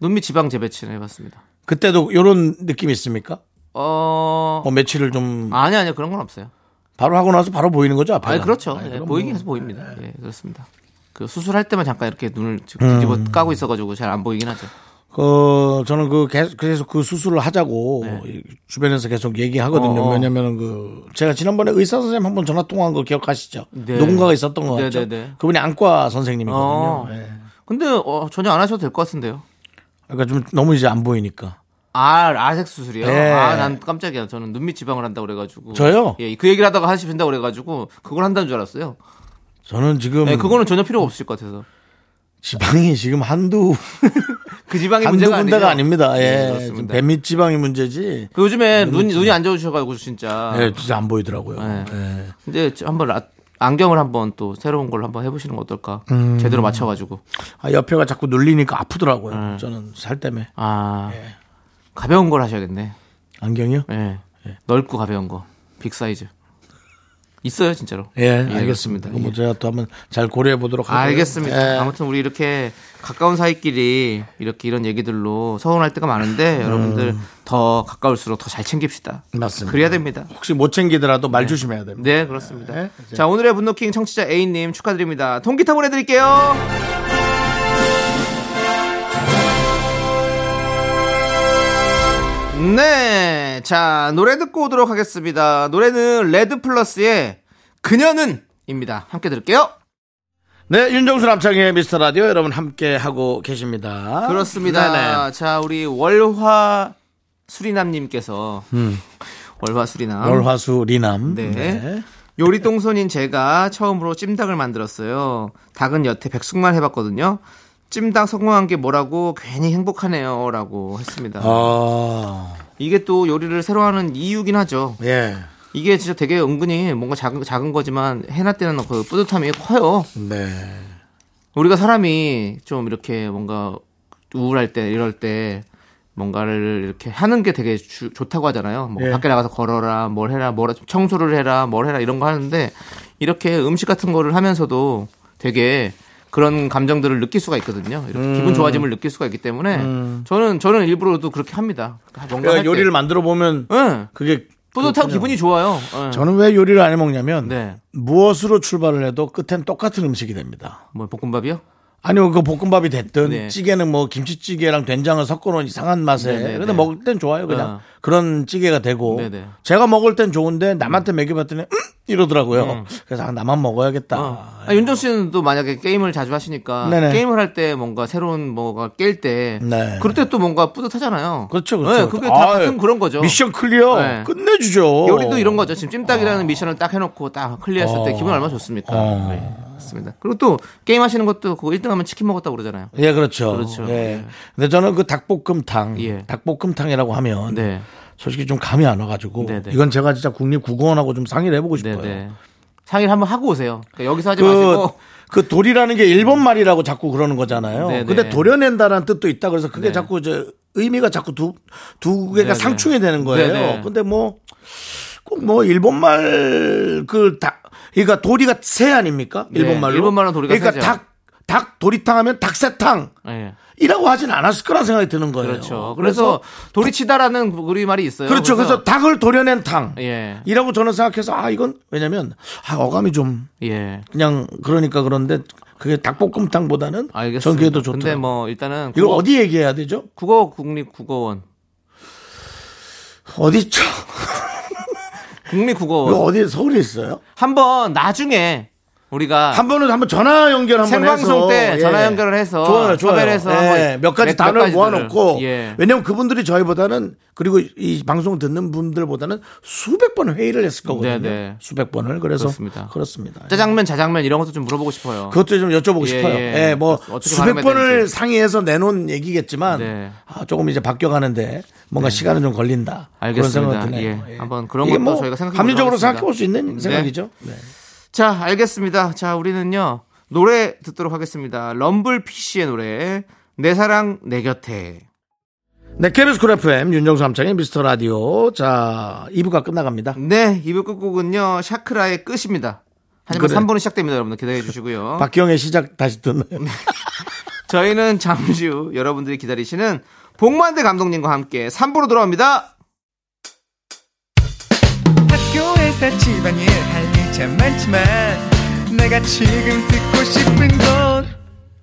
S2: 눈밑 지방 재배치를 해봤습니다.
S1: 그때도 이런 느낌 이 있습니까?
S2: 어
S1: 뭐 며칠을 좀
S2: 아니 아니 그런 건 없어요.
S1: 바로 하고 나서 바로 보이는 거죠 앞에.
S2: 아니 그렇죠. 예,
S1: 뭐
S2: 보이긴 해서 보입니다. 예 그렇습니다. 그 수술할 때만 잠깐 이렇게 눈을
S1: 음.
S2: 지금 뒤집어 까고 있어가지고 잘 안 보이긴 하죠.
S1: 그 저는 그 계속 그래서 그 수술을 하자고 이 주변에서 계속 얘기하거든요.
S2: 네. 어, 어.
S1: 왜냐면은 그 제가 지난번에 의사 선생님 한 번 전화 통화한 거 기억하시죠?
S2: 네.
S1: 누군가가 있었던 거 같죠.
S2: 네, 네, 네.
S1: 그분이 안과 선생님이거든요.
S2: 어.
S1: 예.
S2: 근데 어, 전혀 안 하셔도 될 것 같은데요.
S1: 그러니까 좀 너무 이제 안 보이니까.
S2: 아 라섹 수술이요?
S1: 네.
S2: 아 난 깜짝이야. 저는 눈밑 지방을 한다 고 그래가지고
S1: 저요?
S2: 예, 그 얘기를 하다가 하신다 고 그래가지고 그걸 한다는 줄 알았어요.
S1: 저는 지금
S2: 네, 그거는 전혀 필요가 없을 것 같아서.
S1: 지방이 지금 한두
S2: 그 지방이
S1: 한두
S2: 문제가
S1: 군데가
S2: 아니죠?
S1: 아닙니다.
S2: 네,
S1: 예,
S2: 그렇습니다.
S1: 좀 배밑 지방이 문제지.
S2: 그 요즘에 눈, 눈이 안 좋으셔가지고 진짜.
S1: 예, 진짜 안 보이더라고요.
S2: 아. 네.
S1: 예.
S2: 근데 저 한번 라- 안경을 한번 또 새로운 걸 한번 해보시는 거 어떨까?
S1: 음.
S2: 제대로 맞춰가지고.
S1: 아, 옆에가 자꾸 눌리니까 아프더라고요.
S2: 네.
S1: 저는 살 때문에
S2: 아
S1: 예.
S2: 가벼운 걸 하셔야겠네.
S1: 안경이요.
S2: 예, 넓고 가벼운 거, 빅 사이즈. 있어요 진짜로.
S1: 예, 알겠습니다.
S2: 예.
S1: 뭐 제가 또 한번 잘 고려해 보도록 예. 하겠습니다.
S2: 알겠습니다. 아무튼 우리 이렇게 가까운 사이끼리 이렇게 이런 얘기들로 서운할 때가 많은데 여러분들 더 가까울수록 더 잘 챙깁시다.
S1: 음. 맞습니다.
S2: 그래야 됩니다.
S1: 혹시 못 챙기더라도 말 조심해야 됩니다.
S2: 네, 그렇습니다.
S1: 네.
S2: 자, 오늘의 분노킹 청취자 A님 축하드립니다. 통기타 보내드릴게요. 네. 자, 노래 듣고 오도록 하겠습니다. 노래는 레드 플러스의 그녀는 입니다. 함께 들을게요.
S1: 네, 윤정수 남창의 미스터 라디오 여러분 함께 하고 계십니다.
S2: 그렇습니다.
S1: 네네.
S2: 자, 우리 월화 수리남님께서 월화 수리남
S1: 월화수 리남.
S2: 네. 요리 동선인 제가 처음으로 찜닭을 만들었어요. 닭은 여태 백숙만 해봤거든요. 찜닭 성공한 게 뭐라고 괜히 행복하네요라고 했습니다.
S1: 아,
S2: 이게 또 요리를 새로 하는 이유긴 하죠.
S1: 예.
S2: 이게 진짜 되게 은근히 뭔가 작은 작은 거지만 해나 때는 그 뿌듯함이 커요.
S1: 네.
S2: 우리가 사람이 좀 이렇게 뭔가 우울할 때 이럴 때 뭔가를 이렇게 하는 게 되게 주- 좋다고 하잖아요. 뭐
S1: 예.
S2: 밖에 나가서 걸어라, 뭘 해라, 뭘 하- 청소를 해라, 뭘 해라 이런 거 하는데 이렇게 음식 같은 거를 하면서도 되게 그런 감정들을 느낄 수가 있거든요. 이렇게
S1: 음.
S2: 기분 좋아짐을 느낄 수가 있기 때문에 저는 저는 일부러도 그렇게 합니다. 뭔가 할
S1: 그러니까
S2: 때.
S1: 요리를 만들어 보면
S2: 응.
S1: 그게
S2: 뿌듯하고 기분이 좋아요. 예.
S1: 저는 왜 요리를 안 해 먹냐면
S2: 네.
S1: 무엇으로 출발을 해도 끝엔 똑같은 음식이 됩니다.
S2: 뭐 볶음밥이요?
S1: 아니요, 그 볶음밥이 됐든
S2: 네.
S1: 찌개는 뭐 김치찌개랑 된장을 섞어놓은 이상한 맛에
S2: 네, 네,
S1: 근데
S2: 네.
S1: 먹을 땐 좋아요, 그냥
S2: 어.
S1: 그런 찌개가 되고
S2: 네, 네.
S1: 제가 먹을 땐 좋은데 남한테 먹여봤더니 음? 이러더라고요. 그래서 아, 나만 먹어야겠다.
S2: 아, 윤정 씨는 또 만약에 게임을 자주 하시니까
S1: 네네.
S2: 게임을 할 때 뭔가 새로운 뭐가 깰 때
S1: 네.
S2: 그럴 때 또 뭔가 뿌듯하잖아요.
S1: 그렇죠, 그렇죠.
S2: 네, 그게 다
S1: 아,
S2: 같은 그런 거죠.
S1: 미션 클리어
S2: 네.
S1: 끝내주죠.
S2: 요리도 이런 거죠. 지금 찜닭이라는
S1: 아.
S2: 미션을 딱 해놓고 딱 클리어했을 때 기분 얼마나 좋습니까?
S1: 어.
S2: 네, 맞습니다. 그리고 또 게임 하시는 것도 그거 1등하면 치킨 먹었다고 그러잖아요.
S1: 예, 그렇죠.
S2: 그렇죠.
S1: 예. 근데 저는 그 닭볶음탕,
S2: 예.
S1: 닭볶음탕이라고 하면
S2: 네,
S1: 솔직히 좀 감이 안 와가지고
S2: 네, 네.
S1: 이건 제가 진짜 국립국어원하고 좀 상의를 해보고
S2: 네,
S1: 싶어요.
S2: 네. 상의를 한번 하고 오세요. 그러니까 여기서 하지
S1: 그,
S2: 마시고.
S1: 그 돌이라는 게 일본 말이라고 자꾸 그러는 거잖아요.
S2: 네네.
S1: 근데 도려낸다라는 뜻도 있다 그래서 그게
S2: 네.
S1: 자꾸 이제 의미가 자꾸 두, 두 개가
S2: 네네.
S1: 상충이 되는 거예요.
S2: 네네.
S1: 근데 뭐, 꼭 뭐 일본 말, 그 다, 그러니까 도리가 새 아닙니까?
S2: 네,
S1: 일본 말로.
S2: 일본 말은 도리가
S1: 그러니까
S2: 새죠.
S1: 닭, 닭 도리탕 하면 닭새탕.
S2: 네.
S1: 이라고 하진 않았을 거란 생각이 드는 거예요.
S2: 그렇죠. 그래서, 도리치다라는 그 우리말이 있어요.
S1: 그렇죠. 그래서, 닭을 도려낸 탕.
S2: 예.
S1: 이라고 저는 생각해서 아, 이건 왜냐면 아, 어감이 좀
S2: 예.
S1: 그냥 그러니까 그런데 그게 닭볶음탕보다는
S2: 알겠습니다.
S1: 전 그게 더
S2: 근데
S1: 좋더라고요.
S2: 뭐 일단은
S1: 이걸
S2: 국어-
S1: 어디 얘기해야 되죠?
S2: 국어 국립 국어원
S1: 어디 있죠?
S2: 국립
S1: 이거
S2: 국어원 뭐
S1: 어디 서울에 있어요?
S2: 한번 나중에 우리가
S1: 한 번은 한번 전화 연결 한번 해서
S2: 아. 생방송 때
S1: 예.
S2: 전화 연결을 해서
S1: 좋아요, 좋아요.
S2: 섭외를 해서
S1: 예,
S2: 한번
S1: 몇 가지
S2: 몇- 몇
S1: 단어를
S2: 가지들을.
S1: 모아놓고
S2: 예.
S1: 왜냐면 그분들이 저희보다는 그리고 이 방송 듣는 분들보다는 수백 번 회의를 했을 거거든요.
S2: 네, 네.
S1: 수백 번을 그래서
S2: 그렇습니다.
S1: 그렇습니다.
S2: 짜장면, 자장면 이런 것도 좀 물어보고 싶어요.
S1: 그것도 좀 여쭤보고
S2: 예,
S1: 싶어요. 예,
S2: 예.
S1: 뭐
S2: 어떻게
S1: 수백
S2: 발음해야
S1: 번을
S2: 되는지.
S1: 상의해서 내놓은 얘기겠지만
S2: 네.
S1: 아, 조금 이제 바뀌어가는데 뭔가 시간은 좀 걸린다.
S2: 알겠습니다.
S1: 그런 생각이 드네요.
S2: 예. 한번 그런
S1: 이게
S2: 것도 저희가 생각해
S1: 합리적으로
S2: 보도록 하겠습니다.
S1: 생각해 볼 수 있는
S2: 네.
S1: 생각이죠. 네.
S2: 자, 알겠습니다. 자, 우리는요 노래 듣도록 하겠습니다. 럼블 피쉬의 노래 내 사랑 내 곁에.
S1: 네, 케빈스 쿨 FM 윤정수 함창의 미스터 라디오. 자, 2부가 끝나갑니다.
S2: 네, 이부 끝곡은요 샤크라의 끝입니다. 하지만
S1: 그래.
S2: 3분은 시작됩니다, 여러분들 기다려 주시고요.
S1: 박기영의 시작 다시 듣나요?
S2: 네. 저희는 잠시 후 여러분들이 기다리시는 복만대 감독님과 함께 3부로 돌아옵니다.
S4: 학교에서 집안일 할 일 참 많지만 내가 지금 듣고 싶은 건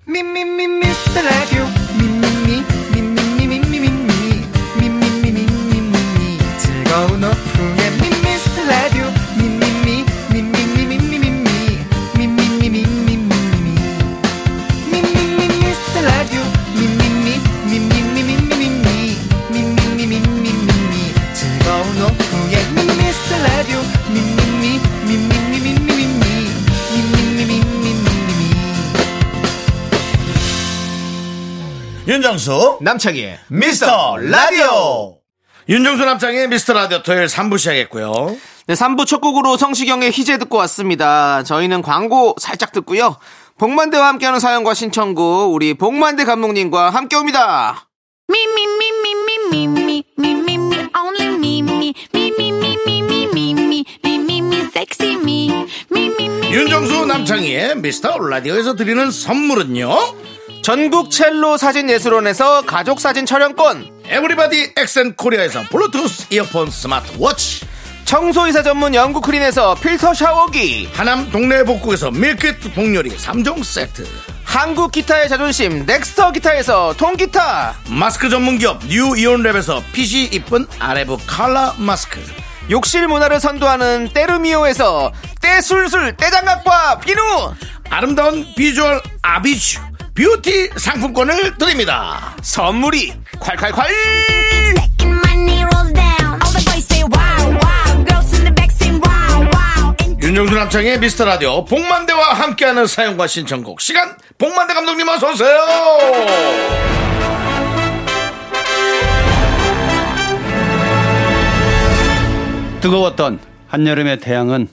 S4: 미미미 미스터 라디오 미미미 미미미 미미미 미미미 미미미 즐거운 오후에 미미스터 라디오 미미미 미미미 미미미 미미미 미미미 미미미
S1: 윤정수
S2: 남창희의
S1: 미스터 라디오. 윤정수 남창의 미스터 라디오 토요일 3부 시작했고요.
S2: 네, 3부 첫 곡으로 성시경의 희재 듣고 왔습니다. 저희는 광고 살짝 듣고요. 복만대와 함께하는 사연과 신청곡 우리 복만대 감독님과 함께 옵니다.
S3: Me, me, me, me, me, me, me, me, me, me, only me, me, me, me, me, me, me, me, me, me, me, me, sexy me, me, me, me.
S1: 윤정수 남창희의 미스터 라디오에서 드리는 선물은요.
S2: 전국 첼로 사진 예술원에서 가족 사진 촬영권,
S1: 에브리바디 엑센 코리아에서 블루투스 이어폰 스마트워치.
S2: 청소 이사 전문 영국 크린에서 필터 샤워기,
S1: 하남 동네 복국에서 밀키트 복요리 3종 세트.
S2: 한국 기타의 자존심 넥스터 기타에서 통기타,
S1: 마스크 전문 기업 뉴 이온랩에서 핏이 이쁜 아레브 칼라 마스크.
S2: 욕실 문화를 선도하는 때르미오에서 때술술 때장갑과 비누
S1: 아름다운 비주얼 아비쥬 뷰티 상품권을 드립니다.
S2: 선물이 콸콸콸
S3: Second money rolls down. All the boys say wow, wow. Girls in the back say wow, wow. And
S1: 윤정수 남창의 미스터 라디오 복만대와 함께하는 사연과 신청곡 시간 복만대 감독님 어서 오세요.
S5: 뜨거웠던 한여름의 태양은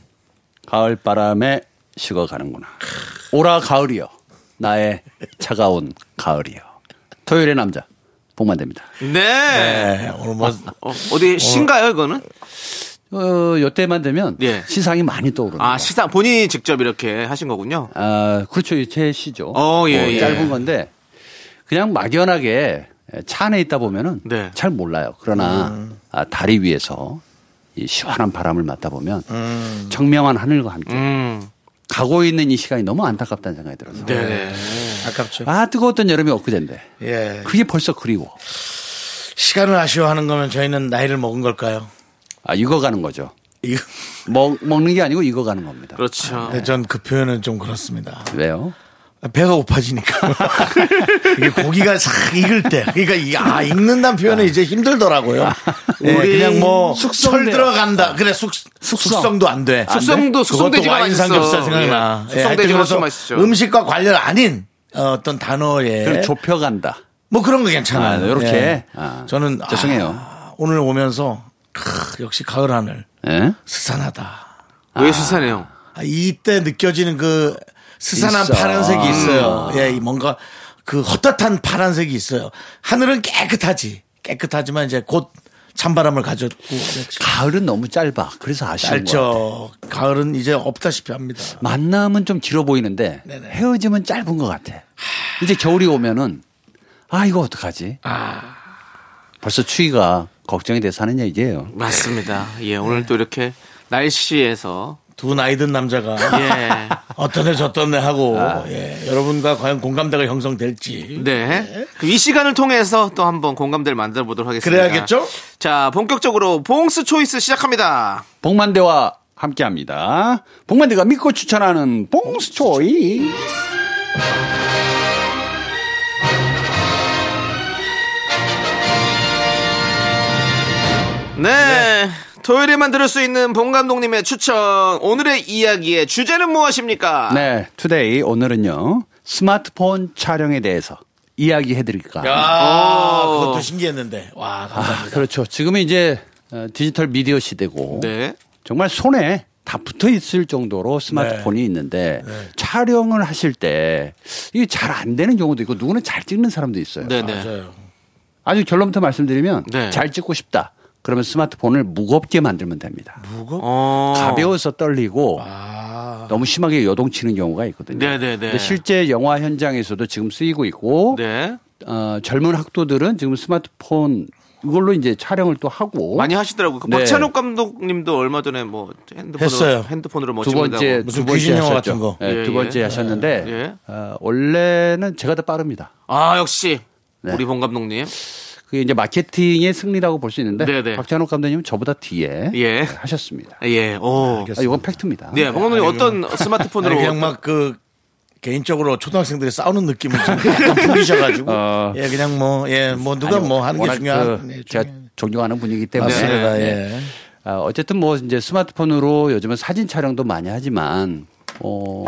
S5: 가을 바람에 식어가는구나. 오라 가을이여. 나의 차가운 가을이여. 토요일의 남자 복만대입니다.
S2: 네, 어, 어디 신가요 이거는?
S5: 어, 요때만 되면
S2: 예.
S5: 시상이 많이 떠오르는
S2: 아
S5: 아,
S2: 시사 본인이 직접 이렇게 하신 거군요
S5: 아, 그렇죠. 이제 시죠. 뭐
S2: 어, 예, 예.
S5: 짧은 건데 그냥 막연하게 차 안에 있다 보면은
S2: 네. 음.
S5: 잘 몰라요. 그러나 아, 다리 위에서 이 시원한 바람을 맞다 보면 청명한 하늘과 함께
S2: 음,
S5: 가고 있는 이 시간이 너무 안타깝다는 생각이 들어서
S2: 네.
S1: 예. 아깝죠.
S5: 아 뜨거웠던 여름이 엊그젠데
S1: 예.
S5: 그게 벌써 그리워
S1: 시간을 아쉬워하는 거면 저희는 나이를 먹은 걸까요?
S5: 아 익어가는 거죠
S1: 이거-
S5: 먹, 먹는 게 아니고 익어가는 겁니다
S2: 그렇죠
S1: 네, 전 그 표현은 좀 그렇습니다.
S5: 왜요?
S1: 배가 고파지니까. 이게 고기가 싹 익을 때. 그러니까, 이- 아, 익는다는 표현은 이제
S5: 아,
S1: 힘들더라고요. 예,
S5: 우리
S1: 그냥 뭐,
S5: 숙성돼요.
S1: 철 들어간다. 그래, 숙,
S5: 숙성.
S1: 숙성. 도안 돼.
S2: 숙성도 숙성돼지가
S1: 와인
S2: 맛있어.
S1: 삼겹살 생각나.
S2: 예, 숙성돼지가
S1: 하여튼
S2: 훨씬
S1: 그래서
S2: 맛있죠.
S1: 음식과 관련 아닌 어, 어떤 단어에.
S5: 그걸 좁혀간다
S1: 뭐 그런 거
S5: 아,
S1: 괜찮아요.
S5: 이렇게
S1: 예.
S5: 아,
S1: 저는.
S5: 죄송해요.
S1: 아, 오늘 오면서, 크, 역시 가을 하늘.
S5: 예?
S1: 스산하다.
S2: 왜 수산해요?
S1: 아, 이때 느껴지는 그 스산한
S5: 있어.
S1: 파란색이 있어요. 예, 이 뭔가 그 헛tat한 파란색이 있어요. 하늘은 깨끗하지. 깨끗하지만 이제 곧 찬바람을 가졌고
S5: 가을은 너무 짧아 그래서 아쉬운 거야
S1: 짧죠. 가을은 이제 없다시피 합니다.
S5: 만남은 좀 길어 보이는데
S1: 네네.
S5: 헤어짐은 짧은 것 같아 이제 겨울이 오면은 아 이거 어떡하지 아. 벌써 추위가 걱정이 돼서 하는 얘기예요
S2: 맞습니다 예 오늘 또 이렇게 날씨에서
S1: 두 나이 든 남자가
S2: 예
S1: 어떤 애 저떤 애 하고 예, 여러분과 과연 공감대가 형성될지.
S2: 네. 그이 시간을 통해서 또 한번 공감대를 만들어 보도록 하겠습니다.
S1: 그래야겠죠?
S2: 자, 본격적으로 봉스 초이스 시작합니다.
S5: 복만대와 함께합니다. 복만대가 믿고 추천하는 봉스초이.
S2: 네. 토요일에만 들을 수 있는 봉 감독님의 추천. 오늘의 이야기의 주제는 무엇입니까?
S5: 네, 투데이 오늘은요 스마트폰 촬영에 대해서 이야기해 드릴까.
S1: 아,
S2: 오.
S1: 그것도 신기했는데. 와, 감사합니다.
S5: 그렇죠. 지금은 이제 어, 디지털 미디어 시대고
S2: 네.
S5: 정말 손에 다 붙어 있을 정도로 스마트폰이 있는데 촬영을 하실 때 이게 잘 안 되는 경우도 있고 누구는 잘 찍는 사람도 있어요.
S2: 네네.
S1: 맞아요.
S5: 아주 결론부터 말씀드리면
S2: 네.
S5: 잘 찍고 싶다. 그러면 스마트폰을 무겁게 만들면 됩니다.
S2: 어.
S5: 가벼워서 떨리고 너무 심하게 요동치는 경우가 있거든요.
S2: 아. 네네네.
S5: 근데 실제 영화 현장에서도 지금 쓰이고 있고
S2: 네.
S5: 어, 젊은 학도들은 지금 스마트폰 이걸로 이제 촬영을 또 하고
S2: 많이 하시더라고요. 그
S5: 네.
S2: 박찬욱 감독님도 얼마 전에 뭐 핸드폰으로
S1: 했어요.
S2: 핸드폰으로 뭐
S5: 두 번째
S2: 찍는다고.
S1: 무슨
S5: 두 번째
S1: 귀신 영화
S5: 하셨죠.
S1: 같은 거.
S5: 네,
S2: 예,
S5: 두
S2: 예.
S5: 번째 하셨는데
S2: 예.
S5: 어, 원래는 제가 더 빠릅니다.
S2: 아 역시
S5: 네.
S2: 우리 봉 감독님.
S5: 그게 이제 마케팅의 승리라고 볼 수 있는데
S2: 네네.
S5: 박찬욱 감독님은 저보다 뒤에
S2: 예.
S5: 하셨습니다.
S2: 예. 오.
S5: 아, 이건 팩트입니다.
S2: 네. 봉 감독님 어떤 스마트폰으로
S1: 아니, 그냥 막 그 개인적으로 초등학생들이 싸우는 느낌을 좀 약간 풍기셔가지고
S5: 어.
S1: 예 그냥 뭐 예 뭐 누가
S5: 아니,
S1: 뭐 하는 게
S5: 워낙
S1: 중요한
S5: 그
S1: 네,
S5: 제가
S1: 중요한-
S5: 존경하는 분이기 때문에
S1: 맞습니다
S2: 네,
S1: 예
S5: 아, 어쨌든 뭐 이제 스마트폰으로 요즘은 사진 촬영도 많이 하지만 어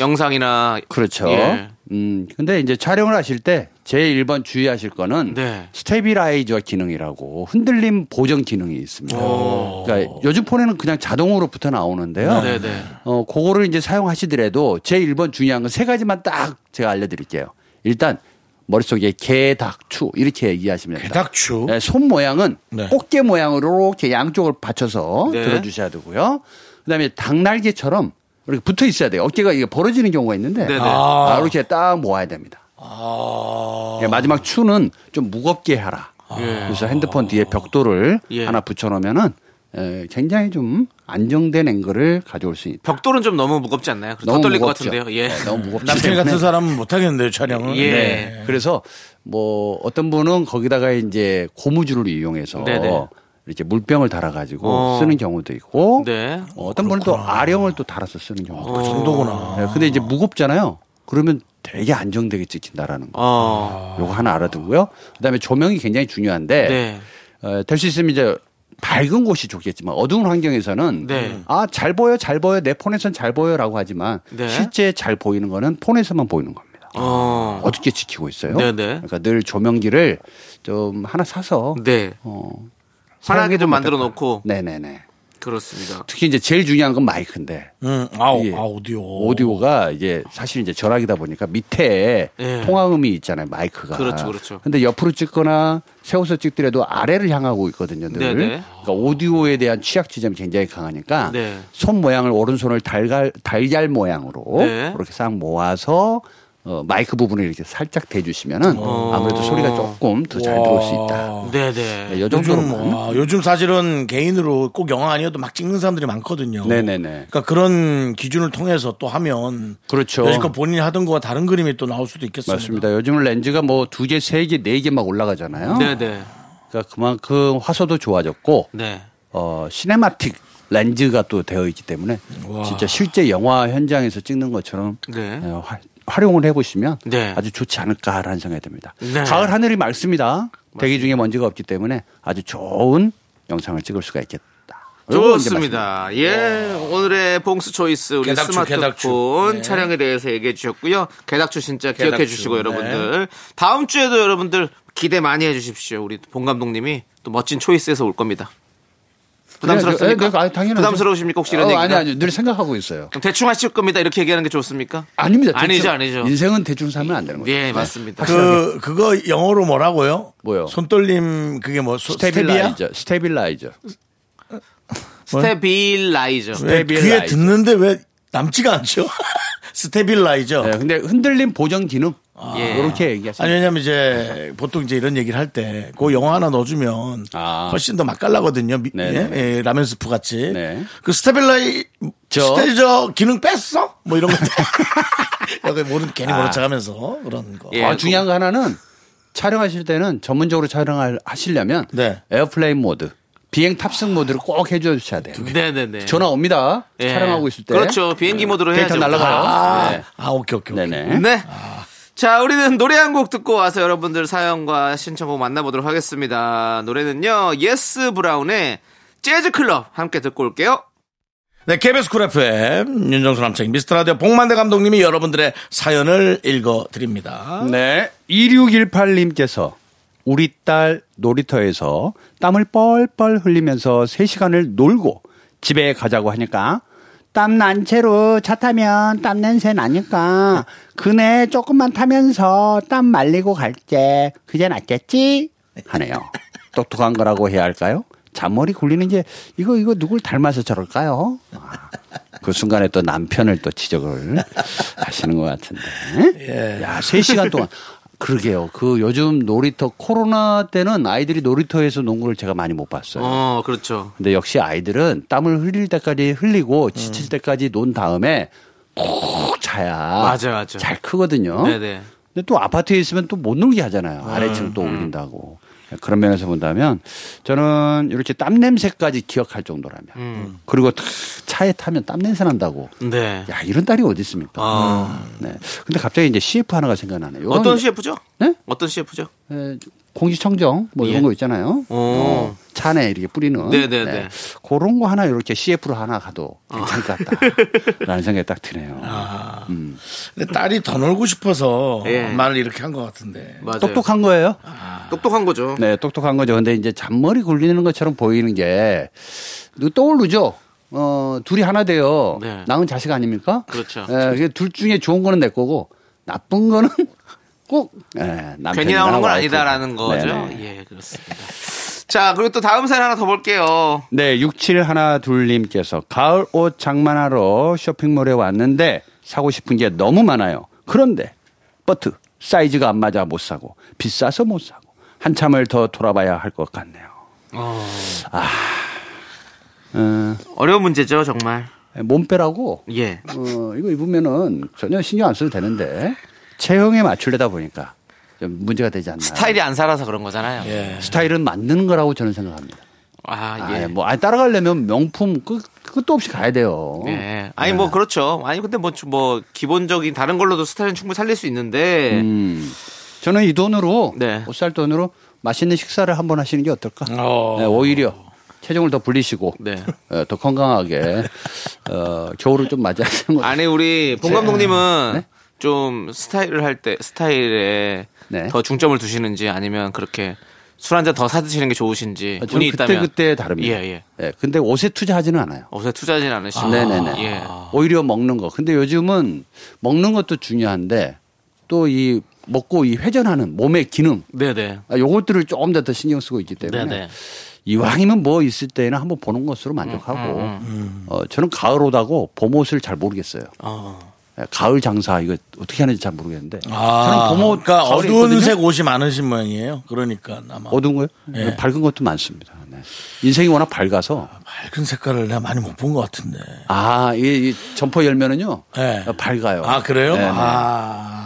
S2: 영상이나
S5: 그렇죠.
S2: 예.
S5: 음 근데 이제 촬영을 하실 때 제일 1번 주의하실 거는
S2: 네.
S5: 스테비라이저 기능이라고 흔들림 보정 기능이 있습니다. 그러니까 요즘 폰에는 그냥 자동으로부터 나오는데요.
S2: 네, 네.
S5: 어 그거를 이제 사용하시더라도 제일 1번 중요한 건 세 가지만 딱 제가 알려드릴게요. 일단 머릿속에 개, 닭, 추 이렇게 이해하시면 됩니다.
S1: 개닭추
S5: 네, 손 모양은
S1: 네.
S5: 꽃게 모양으로 이렇게 양쪽을 받쳐서
S2: 네.
S5: 들어주셔야 되고요. 그다음에 닭날개처럼 이렇게 붙어 있어야 돼요. 어깨가 이게 벌어지는 경우가 있는데
S2: 네네.
S5: 아, 이렇게 딱 모아야 됩니다.
S2: 아.
S5: 예, 마지막 추는 좀 무겁게 하라. 그래서 핸드폰 뒤에 벽돌을
S2: 예.
S5: 하나 붙여놓으면은 에, 굉장히 좀 안정된 앵글을 가져올 수 있다.
S2: 벽돌은 좀 너무 무겁지 않나요? 더
S5: 너무
S2: 떨릴 것
S5: 무겁죠.
S2: 같은데요. 예.
S5: 네, 너무 무겁기
S1: 남편
S5: 때문에.
S1: 같은 사람은 못 하겠는데요 촬영을
S2: 예.
S1: 네.
S5: 그래서 뭐 어떤 분은 거기다가 이제 고무줄을 이용해서
S2: 네네.
S5: 이렇게 물병을 달아가지고
S2: 어.
S5: 쓰는 경우도 있고
S2: 네. 어.
S5: 어, 떤 분은 또 아령을 또 달아서 쓰는 경우도 있고.
S1: 정도구나
S5: 네, 근데 이제 무겁잖아요. 그러면 되게 안정되게 찍힌다라는 거.
S2: 어.
S5: 요거 하나 알아두고요. 그다음에 조명이 굉장히 중요한데 어,
S2: 네.
S5: 될 수 있으면 이제 밝은 곳이 좋겠지만 어두운 환경에서는
S2: 네.
S5: 아 잘 보여 잘 보여 내 폰에선 잘 보여라고 하지만
S2: 네.
S5: 실제 잘 보이는 거는 폰에서만 보이는 겁니다.
S2: 어.
S5: 어둡게 지키고 있어요.
S2: 네네.
S5: 그러니까 늘 조명기를 좀 하나 사서
S2: 네.
S5: 어,
S2: 편하게 좀
S5: 사용해보면
S2: 만들어
S5: 어떨까?
S2: 놓고
S5: 네네네.
S2: 그렇습니다.
S5: 특히 이제 제일 중요한 건 마이크인데
S1: 음 아우
S5: 예.
S1: 아 오디오
S5: 오디오가 이제 사실 이제 전화기다 보니까 밑에
S2: 예.
S5: 통화음이 있잖아요 마이크가.
S2: 그렇죠, 그렇죠.
S5: 근데 옆으로 찍거나 세워서 찍더라도 아래를 향하고 있거든요. 늘.
S2: 네네.
S5: 그러니까 오디오에 대한 취약 지점이 굉장히 강하니까
S2: 네.
S5: 손 모양을 오른손을 달걀 달걀 모양으로
S2: 네.
S5: 이렇게 싹 모아서 어, 마이크 부분을 이렇게 살짝 대주시면은
S2: 어.
S5: 아무래도 소리가 조금 더 잘 들어올 수 있다.
S2: 네, 네.
S5: 요
S1: 아. 요즘
S5: 정도로만.
S1: 와, 뭐, 아, 요즘 사실은 개인으로 꼭 영화 아니어도 막 찍는 사람들이 많거든요
S5: 네네네.
S1: 그러니까 그런 기준을 통해서 또 하면
S5: 그렇죠.
S1: 여지껏 본인이 하던 거와 다른 그림이 또 나올 수도 있겠습니다
S5: 맞습니다. 요즘은 렌즈가 뭐 두 개, 세 개, 네 개 막 올라가잖아요.
S2: 네, 네.
S5: 그러니까 그만큼 화소도 좋아졌고
S2: 네.
S5: 어, 시네마틱 렌즈가 또 되어 있기 때문에 진짜 실제 영화 현장에서 찍는 것처럼
S2: 네.
S5: 어, 화- 활용을 해보시면
S2: 네.
S5: 아주 좋지 않을까라는 생각이 듭니다.
S2: 네.
S5: 가을 하늘이 맑습니다. 대기 중에 먼지가 없기 때문에 아주 좋은 영상을 찍을 수가 있겠다. 요거 이제 네.
S2: 좋습니다. 예. 오늘의 봉스 초이스 우리
S1: 개닥추,
S2: 스마트폰
S1: 개닥추. 네.
S2: 촬영에 대해서 얘기해 주셨고요. 개닥추 진짜 기억해
S1: 개닥추,
S2: 주시고
S1: 네.
S2: 여러분들 다음 주에도 여러분들 기대 많이 해 주십시오. 우리 봉 감독님이 또 멋진 초이스에서 올 겁니다. 부담스럽습니까?
S5: 네, 네, 아, 당연하죠.
S2: 부담스러우십니까? 혹시 이런
S5: 어,
S2: 얘기가?
S5: 아니 아니 늘 생각하고 있어요.
S2: 그럼 대충 하실 겁니다. 이렇게 얘기하는 게 좋습니다.
S5: 아닙니다.
S2: 아니죠,
S5: 대충- 네.
S2: 아니죠.
S5: 인생은 대충 살면 안 되는 거죠.
S2: 예, 맞습니다.
S1: 그 그거 영어로 뭐라고요?
S5: 뭐요?
S1: 손떨림 그게 뭐 소- 스테비야?
S5: 네. 스테빌라이저, 스테빌라이저.
S2: 스테빌라이저.
S1: 왜 귀에
S5: 스테빌라이저.
S1: 듣는데 왜 남지가 않죠? 스테빌라이저.
S5: 네, 근데 흔들림 보정 기능
S2: 예.
S5: 이렇게 얘기하시면
S1: 아니 왜냐면 이제 보통 이제 이런 얘기를 할 때 그 영어 하나 넣어주면
S5: 아.
S1: 훨씬 더 맛깔나거든요. 미-
S5: 네네.
S1: 예, 예, 라면 스프 같이.
S5: 네.
S1: 그 스테빌라이
S5: 저?
S1: 스테저 기능 뺐어? 뭐 이런 건데. 여기 모른 괜히 모른 척하면서 그런 거.
S2: 예.
S5: 아, 중요한 거 하나는 촬영하실 때는 전문적으로 촬영을 하시려면
S1: 네.
S5: 에어플레인 모드, 비행 탑승 모드를 꼭 해주셔야 돼요.
S2: 네네네.
S5: 전화 옵니다.
S2: 예.
S5: 촬영하고 있을 때. 네.
S2: 그렇죠. 비행기 모드로 해야죠.
S5: 데이터 날라가요.
S2: 아,
S5: 네.
S1: 아, 오케이, 오케이. 오케이.
S5: 네네.
S2: 네. 자, 우리는 노래 한 곡 듣고 와서 여러분들 사연과 신청곡 만나보도록 하겠습니다. 노래는요, 예스 브라운의 재즈 클럽 함께 듣고 올게요.
S1: 네, KBS 쿨 FM, 윤정수 남창희 미스터 라디오 복만대 감독님이 여러분들의 사연을 읽어드립니다.
S5: 네. 2618님께서 우리 딸 놀이터에서 땀을 뻘뻘 흘리면서 3시간을 놀고 집에 가자고 하니까 땀 난 채로 차 타면 땀 냄새 나니까 그네 조금만 타면서 땀 말리고 갈게. 그게 낫겠지? 하네요. 똑똑한 거라고 해야 할까요? 잔머리 굴리는 게 이거 이거 누굴 닮아서 저럴까요? 아, 그 순간에 또 남편을 또 지적을 하시는 것 같은데.
S2: 예.
S5: 야, 3시간 동안. 그러게요. 그 요즘 놀이터 코로나 때는 아이들이 놀이터에서 농구를 제가 많이 못 봤어요.
S2: 어, 그렇죠.
S5: 근데 역시 아이들은 땀을 흘릴 때까지 흘리고 지칠 때까지 논 다음에 푹 자야
S2: 음. 맞아, 맞아.
S5: 잘 크거든요.
S2: 네네.
S5: 근데 또 아파트에 있으면 또 못 놀게 하잖아요. 아래층
S2: 음,
S5: 또 올린다고. 네, 그런 면에서 본다면 저는 이렇게 땀 냄새까지 기억할 정도라면
S2: 음.
S5: 그리고 탁 차에 타면 땀 냄새 난다고.
S2: 네.
S5: 야 이런 딸이 어디 있습니까?
S2: 아.
S5: 네. 근데 갑자기 이제 CF 하나가 생각나네요. 요런-
S2: 어떤 CF죠?
S5: 네?
S2: 어떤 CF죠?
S5: 에, 공기청정 뭐 이런
S2: 예.
S5: 거 있잖아요. 어, 차 안에 이렇게 뿌리는.
S2: 네네네. 어.
S5: 그런 거 하나 이렇게 CF로 하나 가도 괜찮을 것 같다라는 생각이 딱 드네요.
S2: 아,
S1: 근데 딸이 더 놀고 싶어서
S2: 예.
S1: 말을 이렇게 한 것 같은데.
S2: 맞아요. 아,
S5: 똑똑한 거예요.
S2: 똑똑한 거죠.
S5: 네, 똑똑한 거죠. 근데 이제 잔머리 굴리는 것처럼 보이는 게 떠오르죠. 어, 둘이 하나 돼요.
S2: 네.
S5: 낳은 자식 아닙니까?
S2: 그렇죠.
S5: 예, 이게 둘 중에 좋은 거는 내 거고 나쁜 거는 꼭 예, 남편이나
S2: 아, 괜히 나오는 건
S5: 와이프.
S2: 아니다라는 거죠.
S5: 네네.
S2: 예, 그렇습니다. 자, 그리고 또 다음 사연 하나 더 볼게요.
S5: 네, 6712님께서 가을 옷 장만하러 쇼핑몰에 왔는데 사고 싶은 게 너무 많아요. 그런데 버트 사이즈가 안 맞아 못 사고 비싸서 못 사고 한참을 더 돌아봐야 할 것 같네요. 아,
S2: 어려운 문제죠, 정말.
S5: 어, 몸빼라고
S2: 예.
S5: 어, 이거 입으면은 전혀 신경 안 써도 되는데 체형에 맞추려다 보니까 좀 문제가 되지 않나. 네.
S2: 스타일이 안 살아서 그런 거잖아요.
S1: 예.
S5: 스타일은 만드는 거라고 저는 생각합니다.
S2: 아,
S5: 아,
S2: 예.
S5: 예. 뭐 아니 따라가려면 명품 끝 끝도 없이 가야 돼요.
S2: 예. 아니
S5: 네.
S2: 뭐 그렇죠. 아니 근데 뭐, 주- 뭐 기본적인 다른 걸로도 스타일은 충분히 살릴 수 있는데
S5: 음. 저는 이 돈으로
S2: 네.
S5: 옷 살 돈으로 맛있는 식사를 한번 하시는 게 어떨까?
S1: 어.
S5: 네, 오히려 체중을 더 불리시고
S2: 네.
S5: 어, 더 건강하게 어, 겨울을 좀 맞이하시는 거.
S2: 아니 우리 봉 감독님은
S5: 뭐. 네?
S2: 좀 스타일을 할 때 스타일에
S5: 네.
S2: 더 중점을 두시는지 아니면 그렇게 술 한 잔 더 사드시는 게 좋으신지
S5: 아, 저는
S2: 돈이
S5: 그때
S2: 있다면
S5: 그때 다릅니다.
S2: 예, 예.
S5: 예, 근데 옷에 투자하지는 않아요.
S2: 옷에 투자하진 않으시고
S5: 네네네.
S2: 예.
S5: 오히려 먹는 거. 근데 요즘은 먹는 것도 중요한데 또 이 먹고 이 회전하는 몸의 기능
S2: 네네.
S5: 아, 요것들을 조금 더 더 신경 쓰고 있기 때문에
S2: 네네.
S5: 이왕이면 뭐 있을 때는 한번 보는 것으로
S2: 음,
S5: 만족하고
S1: 음.
S5: 어, 저는 가을 옷하고 봄 옷을 잘 모르겠어요.
S2: 어.
S5: 예, 가을 장사 이거 어떻게 하는지 잘 모르겠는데
S1: 아,
S5: 저는 봄 옷,
S1: 그러니까
S5: 가을에
S1: 어두운
S5: 있거든요?
S1: 색 옷이 많으신 모양이에요. 그러니까 아마
S5: 어두운 거요?
S1: 예.
S5: 밝은 것도 많습니다. 네. 인생이 워낙 밝아서
S1: 밝은 색깔을 내가 많이 못 본 것 같은데.
S5: 아, 이, 이 점퍼 열면은요
S1: 예.
S5: 어, 밝아요.
S1: 아 그래요?
S5: 네, 네.
S1: 아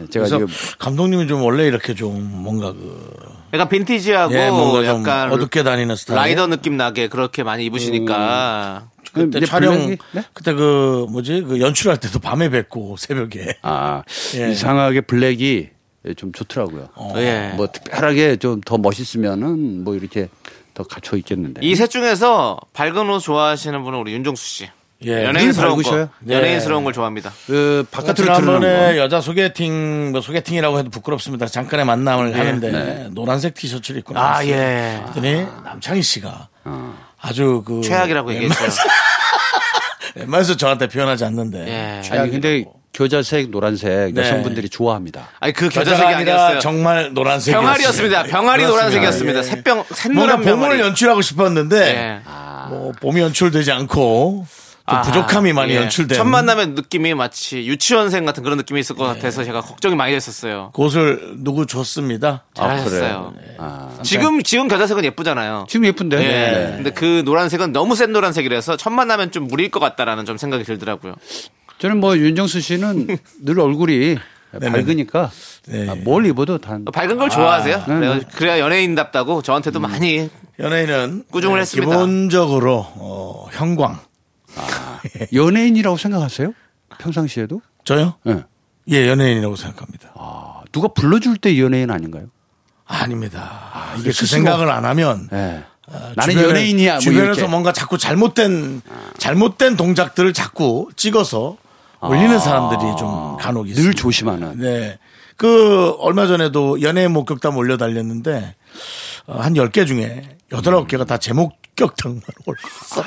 S5: 예, 제가
S1: 그래서
S5: 지금
S1: 감독님이 좀 원래 이렇게 좀 뭔가 그
S2: 약간 빈티지하고
S1: 예, 뭔가 좀
S2: 약간
S1: 어둡게 다니는 스타일.
S2: 라이더 느낌 나게 그렇게 많이
S5: 음.
S2: 입으시니까
S1: 그때
S5: 이제
S1: 촬영
S5: 블랙이- 네?
S1: 그때 그 뭐지 그 연출할 때도 밤에 뵙고 새벽에
S5: 아
S1: 예.
S5: 이상하게 블랙이 좀 좋더라고요.
S2: 예.
S5: 뭐 특별하게 좀 더 멋있으면은 뭐 이렇게 더 갖춰 있겠는데.
S2: 이 셋 중에서 밝은 옷 좋아하시는 분은 우리 윤종수 씨.
S1: 예.
S2: 연예인스러운
S5: 늘
S2: 거.
S5: 밝으셔요?
S1: 네.
S2: 연예인스러운 걸 좋아합니다.
S5: 그 바깥으로 드러나는
S1: 지난번에 여자 소개팅 뭐 소개팅이라고 해도 부끄럽습니다. 잠깐의 만남을 하는데 노란색 티셔츠를 입고
S2: 예. 네. 아,
S1: 나왔어요.
S2: 예. 어.
S1: 그랬더니 남창희 씨가 아주 그
S2: 최악이라고 얘기했어요.
S1: 웬만해서 저한테 표현하지 않는데
S2: 예.
S5: 거. 아니 근데 교자색 노란색
S1: 네.
S5: 여성분들이 좋아합니다.
S2: 아니 그
S1: 겨자가
S2: 겨자색이 아니었어요.
S1: 정말 노란색
S2: 병아리였습니다. 병아리 노란색이었습니다. 새병
S1: 예. 뭔가
S2: 샛노란
S1: 봄을
S2: 병아리.
S1: 연출하고 싶었는데
S2: 예.
S1: 뭐 봄이 연출되지 않고 좀
S2: 아하.
S1: 그 부족함이 많이
S2: 예.
S1: 연출된
S2: 첫 만남의 느낌이 마치 유치원생 같은 그런 느낌이 있을 것 같아서 제가 걱정이 많이 됐었어요.
S1: 곳을 누구 줬습니다. 아,
S2: 잘하셨어요.
S5: 아.
S2: 지금 지금 겨자색은 예쁘잖아요.
S5: 지금 예쁜데. 네.
S2: 예. 근데 그 노란색은 너무 센 노란색이라서 첫 만나면 좀 무리일 것 같다라는 좀 생각이 들더라고요.
S5: 저는 뭐 윤정수 씨는 늘 얼굴이 밝으니까
S1: 네.
S5: 아, 뭘 입어도 단.
S2: 밝은 걸 좋아하세요?
S5: 네,
S2: 그래야 연예인답다고 저한테도 많이
S1: 연예인은
S2: 꾸중을 했습니다.
S1: 기본적으로 어, 형광.
S5: 네. 연예인이라고 생각하세요? 평상시에도?
S1: 저요?
S5: 예.
S1: 예, 연예인이라고 생각합니다.
S5: 아, 누가 불러줄 때 연예인 아닌가요?
S1: 아닙니다. 이게 그
S5: 스스로.
S1: 생각을 안 하면
S5: 예.
S1: 어,
S5: 나는
S1: 주변에-
S5: 연예인이야, 뭐
S1: 주변에서
S5: 이렇게. 아.
S1: 뭔가 자꾸 잘못된 잘못된 동작들을 자꾸 찍어서 올리는 사람들이 좀 간혹 있어요.
S5: 늘 조심하는.
S1: 네. 그 얼마 전에도 연예인 목격담 올려 달렸는데 어, 한 10개 중에 8, 9개가 다 제목격담만 올랐어.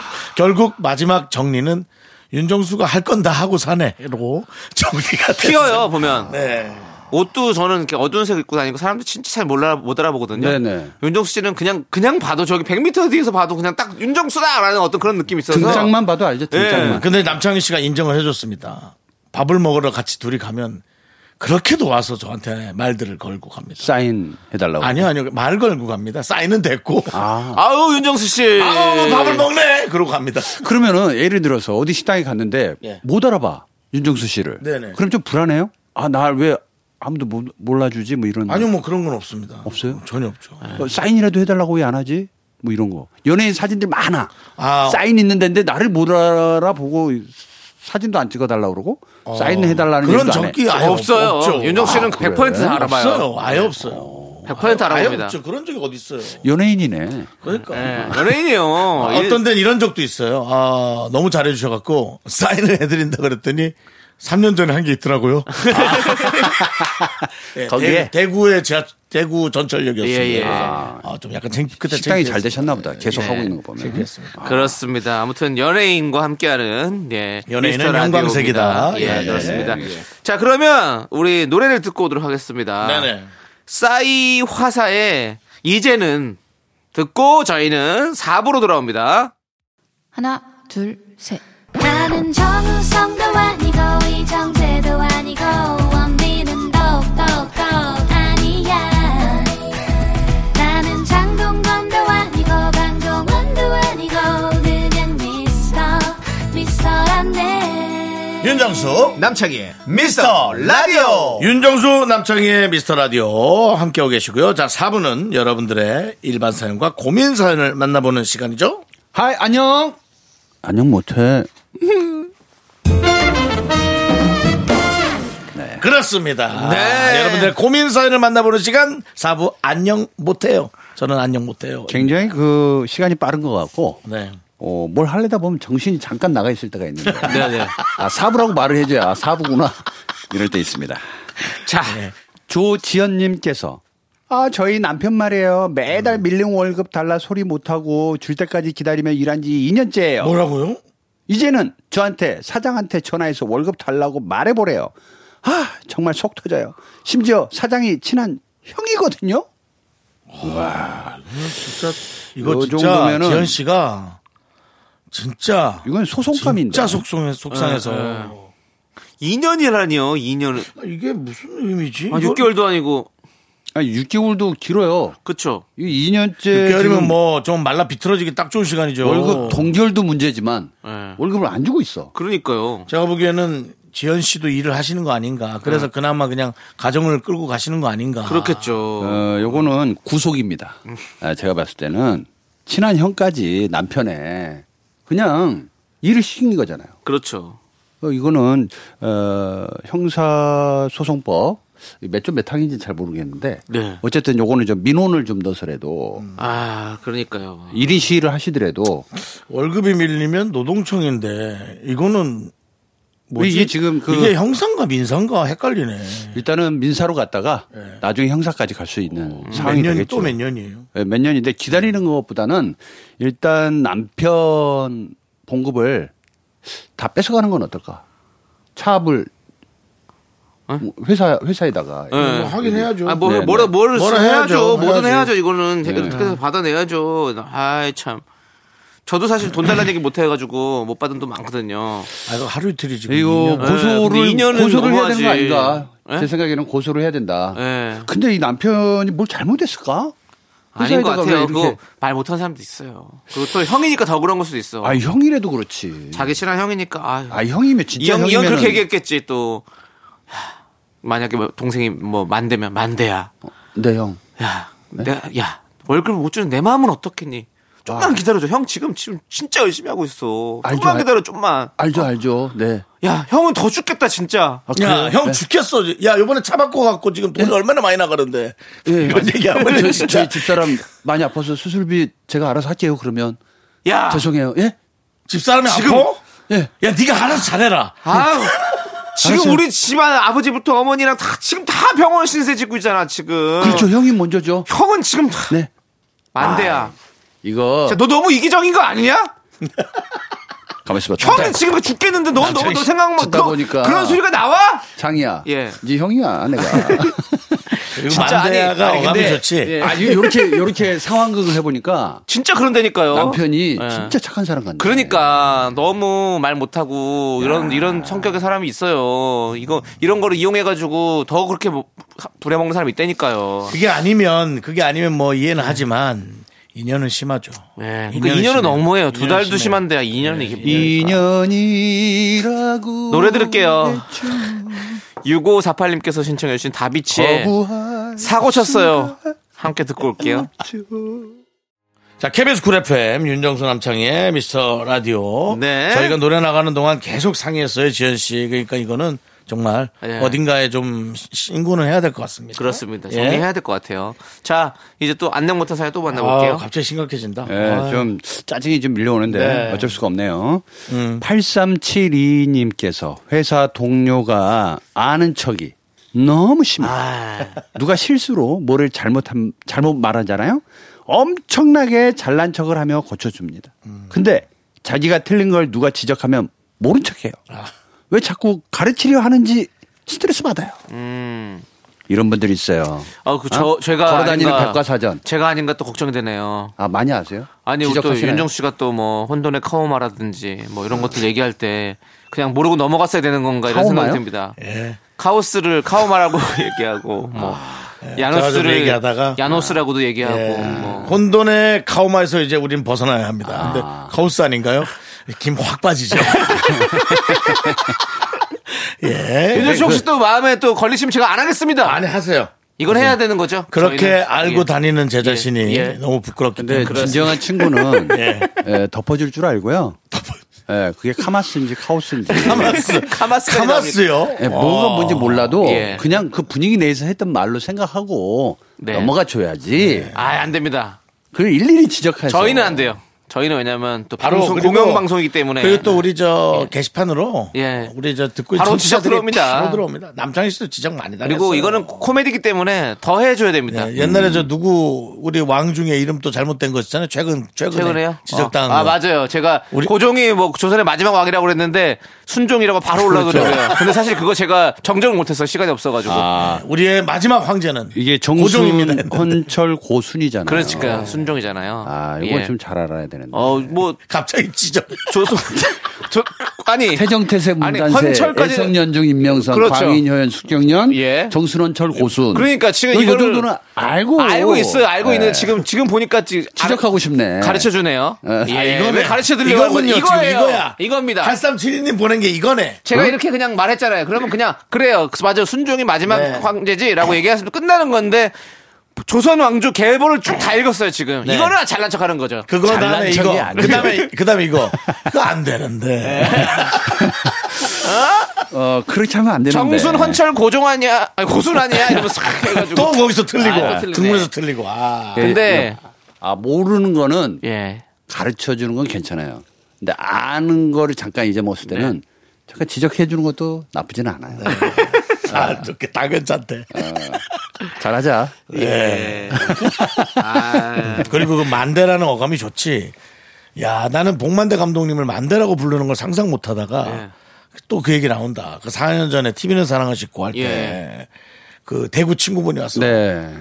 S1: 결국 마지막 정리는 윤정수가 할 건 다 하고 사네로 정리가 됐어요.
S2: 튀어요 보면
S1: 네.
S2: 옷도 저는 이렇게 어두운 색 입고 다니고 사람들 진짜 잘 몰라 못 알아보거든요.
S5: 네네.
S2: 윤정수 씨는 그냥 그냥 봐도 저기 100m 뒤에서 봐도 그냥 딱 윤정수다라는 어떤 그런 느낌이 있어서
S5: 등장만 봐도 알죠, 등장만.
S1: 근데 남창희 씨가 인정을 해줬습니다. 밥을 먹으러 같이 둘이 가면 그렇게도 와서 저한테 말들을 걸고 갑니다.
S5: 사인 해달라고.
S1: 아니요, 아니요. 말 걸고 갑니다. 사인은 됐고. 아,
S2: 아우 윤정수 씨.
S1: 우 밥을 먹네! 그러고 갑니다.
S5: 그러면은 예를 들어서 어디 식당에 갔는데
S1: 예.
S5: 못 알아봐 윤정수 씨를.
S1: 네네.
S5: 그럼 좀 불안해요? 아 날 왜 아무도 못, 몰라주지 뭐 이런.
S1: 아니요, 뭐 그런 건 없습니다.
S5: 없어요?
S1: 전혀 없죠.
S5: 어, 사인이라도 해달라고 왜 안 하지? 뭐 이런 거. 연예인 사진들 많아.
S1: 아.
S5: 사인 있는 데인데 나를 못 알아보고 사진도 안 찍어달라고 그러고 사인 해달라는
S1: 그런
S5: 얘기도 안 해.
S1: 적기 아예
S2: 없어요.
S1: 없죠.
S2: 윤정수 씨는 100%다 알아봐요.
S1: 없어요. 아예 없어요.
S2: 100%
S1: 아예
S2: 알아봅니다.
S1: 없죠. 그런 적이 어디 있어요.
S5: 연예인이네.
S1: 그러니까.
S2: 네, 연예인이요.
S1: 아, 어떤 데는 이런 적도 있어요. 아, 너무 잘해주셔갖고 사인을 해드린다 그랬더니 3년 전에 한 게 있더라고요. 예,
S5: 거기에?
S1: 대, 구의 지하, 대구 전철역이었습니다.
S2: 예, 예.
S1: 그래서 아, 좀 약간 챙, 그때
S5: 식당이
S1: 창피했어요.
S5: 잘 되셨나 보다. 계속
S2: 네.
S5: 하고 있는 거 보면.
S1: 창피했습니다.
S2: 그렇습니다. 아무튼 연예인과 함께하는 예,
S1: 연예인은
S2: 미스터 라디오입니다.
S1: 형광색이다.
S2: 예,
S1: 예,
S2: 그렇습니다. 자 그러면 우리 노래를 듣고 오도록 하겠습니다.
S1: 네네.
S2: 싸이 화사의 이제는 듣고 저희는 4부로 돌아옵니다.
S3: 하나, 둘, 셋.
S6: 나는 정우성도 아니고 이정재도 아니고 원빈은 더욱더 아니야 나는 장동건도 아니고 강동원도 아니고 그냥 미스터
S1: 아.
S6: 미스터란데
S1: 윤정수 남창희의 미스터 라디오 윤정수 남창희의 미스터 라디오 함께하고 계시고요 자 4부는 여러분들의 일반 사연과 고민 사연을 만나보는 시간이죠
S5: 하이 안녕. 안녕 못해. 네.
S1: 그렇습니다 아,
S2: 네.
S1: 여러분들의 고민 사연을 만나보는 시간 4부 안녕 못해요 저는 안녕 못해요
S5: 굉장히 그 시간이 빠른 것 같고
S1: 네.
S5: 어, 뭘 하려다 보면 정신이 잠깐 나가 있을 때가 있는데
S2: 네네.
S5: 아 사부라고 말을 해줘야 아, 사부구나 이럴 때 있습니다.
S2: 자
S1: 네.
S5: 조지연님께서 아 저희 남편 말이에요 매달
S1: 음.
S5: 밀린 월급 달라 소리 못하고 줄 때까지 기다리며 일한 지 2년째예요.
S1: 뭐라고요?
S5: 이제는 저한테 사장한테 전화해서 월급 달라고 말해보래요. 아 정말 속 터져요. 심지어 사장이 친한 형이거든요.
S1: 이거
S5: 요
S1: 진짜
S5: 정도면은-
S1: 지현 씨가 진짜
S5: 이건 소송감인데.
S1: 진짜 속상해, 속상해서
S2: 네, 2년이라니요. 2년.
S1: 아, 이게 무슨 의미지?
S2: 아,
S1: 이거-
S2: 6개월도 아니고
S5: 아니 6개월도 길어요.
S2: 그쵸?
S5: 이 2년째
S1: 6개월이면 뭐 좀 말라 비틀어지기 딱 좋은 시간이죠
S5: 월급 동결도 문제지만
S2: 예.
S5: 월급을 안 주고 있어.
S2: 그러니까요.
S1: 제가 보기에는 지현 씨도 일을 하시는 거 아닌가. 그래서
S5: 네.
S1: 그나마 그냥 가정을 끌고 가시는 거 아닌가.
S2: 그렇겠죠.
S5: 어, 요거는 구속입니다. 아, 제가 봤을 때는 친한 형까지 남편에 그냥 일을 시킨 거잖아요.
S2: 그렇죠.
S5: 어, 이거는 어, 형사소송법 몇 점 몇 항인지 잘 모르겠는데
S2: 네.
S5: 어쨌든 요거는 좀 민원을 좀 넣어서라도
S7: 음.
S2: 아, 그러니까요.
S5: 일인 시위를 하시더라도
S1: 월급이 밀리면 노동청인데 이거는 뭐지?
S5: 이게 지금 그-
S1: 이게 형사인가 민사인가 헷갈리네.
S5: 일단은 민사로 갔다가 나중에 형사까지 갈 수 있는
S1: 몇
S5: 상황이
S1: 년이
S5: 되겠죠.
S1: 또 몇 년이에요.
S5: 예, 몇 년인데 기다리는 것보다는 일단 남편 봉급을 다 뺏어가는 건 어떨까? 차압을
S2: 어?
S5: 회사 회사에다가
S2: 네.
S1: 하긴 해야죠.
S2: 아, 뭐,
S5: 네,
S2: 뭐라,
S5: 네.
S2: 뭐를
S1: 뭐라
S2: 해야죠.
S1: 해야죠.
S2: 뭐든
S1: 해야죠.
S2: 해야죠. 이거는 대결해서 받아내야죠. 아이, 참. 저도 사실 돈 달라는 얘기 못 해가지고 못 받은 돈 많거든요.
S1: 아, 이거 하루 이틀이지. 금
S5: 이거 고소를
S2: 네, 근데 2년은
S5: 고소를 해야 되는 거
S2: 너무하지.
S5: 아닌가?
S2: 예?
S5: 제 생각에는 고소를 해야 된다.
S2: 예.
S5: 근데 이 남편이 뭘 잘못했을까?
S2: 아닌 것
S5: 회사에다가 왜
S2: 같아요.
S5: 이렇게-
S2: 그거 말 못하는 사람도 있어요. 그리고 또 형이니까 더 그런 걸 수도 있어.
S5: 아 형이라도 그렇지.
S2: 자기 친한 형이니까. 아유.
S5: 아 형이면
S2: 이
S5: 진짜
S2: 형, 이 형
S5: 형이면
S2: 그렇게 얘기했겠지, 또. 하, 만약에 뭐 동생이 뭐 만대면 만대야.
S5: 네 형.
S2: 야, 내가, 야,
S7: 월급을 못 주는 내 마음은 어떻겠니? 좀만 기다려줘. 형 지금 지금 진짜 열심히 하고 있어. 좀만 기다려 좀만.
S8: 알죠, 알죠. 네.
S7: 야, 형은 더 죽겠다 진짜.
S8: 아,
S1: 야,
S8: 그래요?
S1: 형
S8: 네.
S1: 죽겠어. 야, 요번에 차 바꿔 갖고 지금
S7: 네?
S1: 돈이 얼마나 많이 나가는데.
S7: 예,
S1: 이런 얘기하면
S8: 저희,
S1: 진짜.
S8: 저희 예. 집사람 많이 아파서 수술비 제가 알아서 할게요, 그러면.
S7: 야,
S8: 죄송해요. 예?
S1: 집사람이
S7: 지금-
S1: 아파?
S8: 예.
S1: 야, 네가 알아서 잘해라.
S7: 아유. 지금
S8: 알았어요.
S7: 우리 집안 아버지부터 어머니랑 다 지금 다 병원 신세 지고 있잖아 지금.
S8: 그렇죠. 형이 먼저죠.
S7: 형은 지금 다
S8: 네.
S7: 만대야.
S8: 이거.
S7: 자, 너 너무 이기적인 거 아니냐?
S8: 가만있어 봐.
S7: 형은 지금 죽겠는데 넌 너무 너 생각만
S8: 듣다
S7: 너,
S8: 보니까.
S7: 그런 소리가 나와?
S8: 장이야.
S7: 예.
S8: 이제 형이야, 내가.
S7: 진짜 아니,
S1: 만대야가
S7: 아니,
S1: 어감이
S7: 근데-
S1: 좋지.
S8: 예. 아, 요렇게, 요렇게 상황극을 해보니까
S7: 진짜 그런다니까요.
S8: 남편이
S7: 예.
S8: 진짜 착한 사람 같네.
S7: 그러니까 너무 말 못하고 이런 이런 성격의 사람이 있어요. 이거 이런 거를 이용해가지고 더 그렇게 뭐- 부려먹는 사람이 있다니까요.
S1: 그게 아니면 그게 아니면 뭐 이해는 하지만 인연은 심하죠.
S7: 예.
S1: 인연은
S7: 그러니까 2년은
S1: 심해요.
S7: 너무해요. 두
S1: 인연은
S7: 달도
S1: 심해요.
S7: 심한데 2년은 이게 뭐예요.
S8: 인연이라고.
S7: 노래 들을게요.
S5: 네.
S7: 6548님께서 신청해주신 다비치의
S8: 거부할
S7: 사고 쳤어요. 함께 듣고 올게요.
S1: 자, KBS 쿨 FM 윤정수 남창의 미스터 라디오.
S7: 네.
S1: 저희가 노래 나가는 동안 계속 상의했어요, 지현 씨. 그러니까 이거는 정말
S7: 예.
S1: 어딘가에 좀 시- 신고는 해야 될 것 같습니다.
S7: 그렇습니다.
S1: 예.
S7: 정리해야 될 것 같아요. 자, 이제 또 안녕 못한 사연 또 만나볼게요.
S1: 아, 갑자기 심각해진다.
S5: 예,
S1: 아유.
S5: 좀 짜증이 좀 밀려오는데
S1: 네.
S5: 어쩔 수가 없네요.
S7: 음.
S5: 8372님께서 회사 동료가 아는 척이 너무 심해.
S7: 아,
S5: 누가 실수로 뭐를 잘못한 잘못 말하잖아요. 엄청나게 잘난 척을 하며 고쳐줍니다.
S7: 음.
S5: 근데 자기가 틀린 걸 누가 지적하면 모른 척해요.
S7: 아.
S5: 왜 자꾸 가르치려 하는지 스트레스 받아요.
S7: 음.
S5: 이런 분들이 있어요.
S7: 아, 그, 저,
S5: 어?
S7: 제가.
S5: 걸어다니는
S7: 아닌가-
S5: 백과사전.
S7: 제가 아닌가 또 걱정이 되네요.
S5: 아 많이 아세요?
S7: 아니, 우리 또
S5: 지적하시나요?
S7: 윤정수 씨가 또 뭐 혼돈의 카오마라든지 뭐 이런 것들 얘기할 때 그냥 모르고 넘어갔어야 되는 건가 이런 생각이
S5: 카오마요?
S7: 듭니다.
S1: 예.
S7: 카오스를 카오마라고 얘기하고 뭐
S1: 아, 예. 제가 좀
S7: 야노스를
S1: 얘기하다가.
S7: 야노스라고도 얘기하고
S1: 예.
S7: 뭐
S1: 혼돈의 카오마에서 이제 우린 벗어나야 합니다. 근데 카오스 아닌가요? 김 확 빠지죠. 예.
S7: 윤정수 혹시 또 마음에 또 걸리시면 제가 안 하겠습니다.
S1: 아니 하세요.
S7: 이건 해야 되는 거죠.
S1: 그렇게
S7: 저희는.
S1: 알고
S7: 예.
S1: 다니는 제 자신이
S7: 예.
S1: 너무 부끄럽기
S5: 근데
S1: 때문에
S5: 네, 진정한 친구는
S7: 네.
S1: 예.
S5: 예, 덮어줄 줄 알고요. 예, 그게 카마스인지 카오스인지
S1: 카마스
S7: 카마스가
S1: 카마스요.
S5: 예, 뭐가 뭔지 몰라도
S7: 어. 예.
S5: 그냥 그 분위기 내에서 했던 말로 생각하고
S7: 네.
S5: 넘어가 줘야지.
S7: 아, 안 됩니다.
S5: 그 일일이 지적해서
S7: 저희는 안 돼요. 저희는 왜냐면 또
S1: 바로
S7: 방송
S1: 그리고-
S7: 공영 방송이기 때문에
S1: 그리고 또 우리 저 게시판으로
S7: 예.
S1: 우리 저 듣고
S7: 바로
S1: 있는
S7: 지적
S1: 청취자들이
S7: 들어옵니다.
S1: 바로 들어옵니다. 남창희 씨도 지적 많이 당했어요.
S7: 그리고 이거는 음. 코미디기 때문에 더 해줘야 됩니다.
S1: 예, 옛날에 저 누구 우리 왕 중에 이름 또 잘못된 거 있잖아요. 최근 최근에
S7: 최근에요?
S1: 네, 지적당한
S7: 어. 아
S1: 거.
S7: 맞아요. 제가
S1: 우리-
S7: 고종이 뭐 조선의 마지막 왕이라고 그랬는데 순종이라고 바로
S1: 그렇죠.
S7: 올라오더라고요. 근데 사실 그거 제가 정정을 못했어요. 시간이 없어가지고.
S1: 아, 우리의 마지막 황제는
S5: 아. 이게
S1: 고종입니다.
S5: 정순 헌철 고순이잖아요.
S7: 그러니까 순종이잖아요.
S5: 네. 아, 이건
S7: 예.
S5: 좀 잘 알아야 되는데.
S7: 어뭐
S1: 갑자기 지적.
S7: 조선 조 아니
S5: 태정태세
S7: 아니,
S5: 문단세
S7: 헌철까지-
S5: 애성년중 임명선
S7: 그렇죠.
S5: 광인효연 숙경년
S7: 예.
S5: 정순헌철 고순
S7: 그러니까 지금
S5: 너
S7: 이거를-
S5: 정도는 알고
S7: 알고 있어요. 알고
S5: 예.
S7: 있는 지금 지금 보니까 지-
S5: 지적하고 싶네.
S7: 가르쳐 주네요. 예,
S5: 아,
S1: 이거네.
S7: 왜 가르쳐 드리려고
S1: 이거군요,
S7: 하고- 이거예요.
S1: 지금 이거야.
S7: 이겁니다.
S1: 8372님 보낸 게 이거네.
S7: 제가 이렇게 그냥 말했잖아요. 그러면 그냥 그래요. 맞아요. 순종이 마지막
S1: 네.
S7: 황제지라고 얘기하시면 끝나는 건데 조선 왕조 계보를 쭉 다 읽었어요 지금.
S1: 네.
S7: 이거는 잘난 척하는 거죠.
S1: 그거 다음에
S5: 잘난 척이
S1: 이거.
S5: 아니에요. 네.
S1: 그다음에 그다음에 이거. 그거 안 되는데.
S5: 어, 그렇게 하면 안 되는데.
S7: 정순 헌철 고종 아니야? 아니, 고순 아니야? 이러면서 싹 해가지고.
S1: 또 거기서 틀리고
S7: 아, 또 틀리네. 예,
S1: 등문에서 틀리고. 아.
S7: 근데
S5: 아, 모르는 거는
S7: 예.
S5: 가르쳐 주는 건 괜찮아요. 근데 아는 거를 잠깐 잊어먹었을 때는 잠깐 지적해 주는 것도 나쁘진 않아요.
S1: 네,
S5: 예.
S1: 아, 좋게 다 괜찮대.
S5: 잘하자.
S7: 예. 아,
S1: 그리고 그 만대라는 어감이 좋지. 야, 나는 복만대 감독님을 만대라고 부르는 걸 상상 못 하다가
S5: 예.
S1: 또 그 얘기 나온다. 그 4년 전에 TV는 사랑하시고 할 때.
S7: 예.
S1: 그 대구 친구분이 왔어.
S5: 네.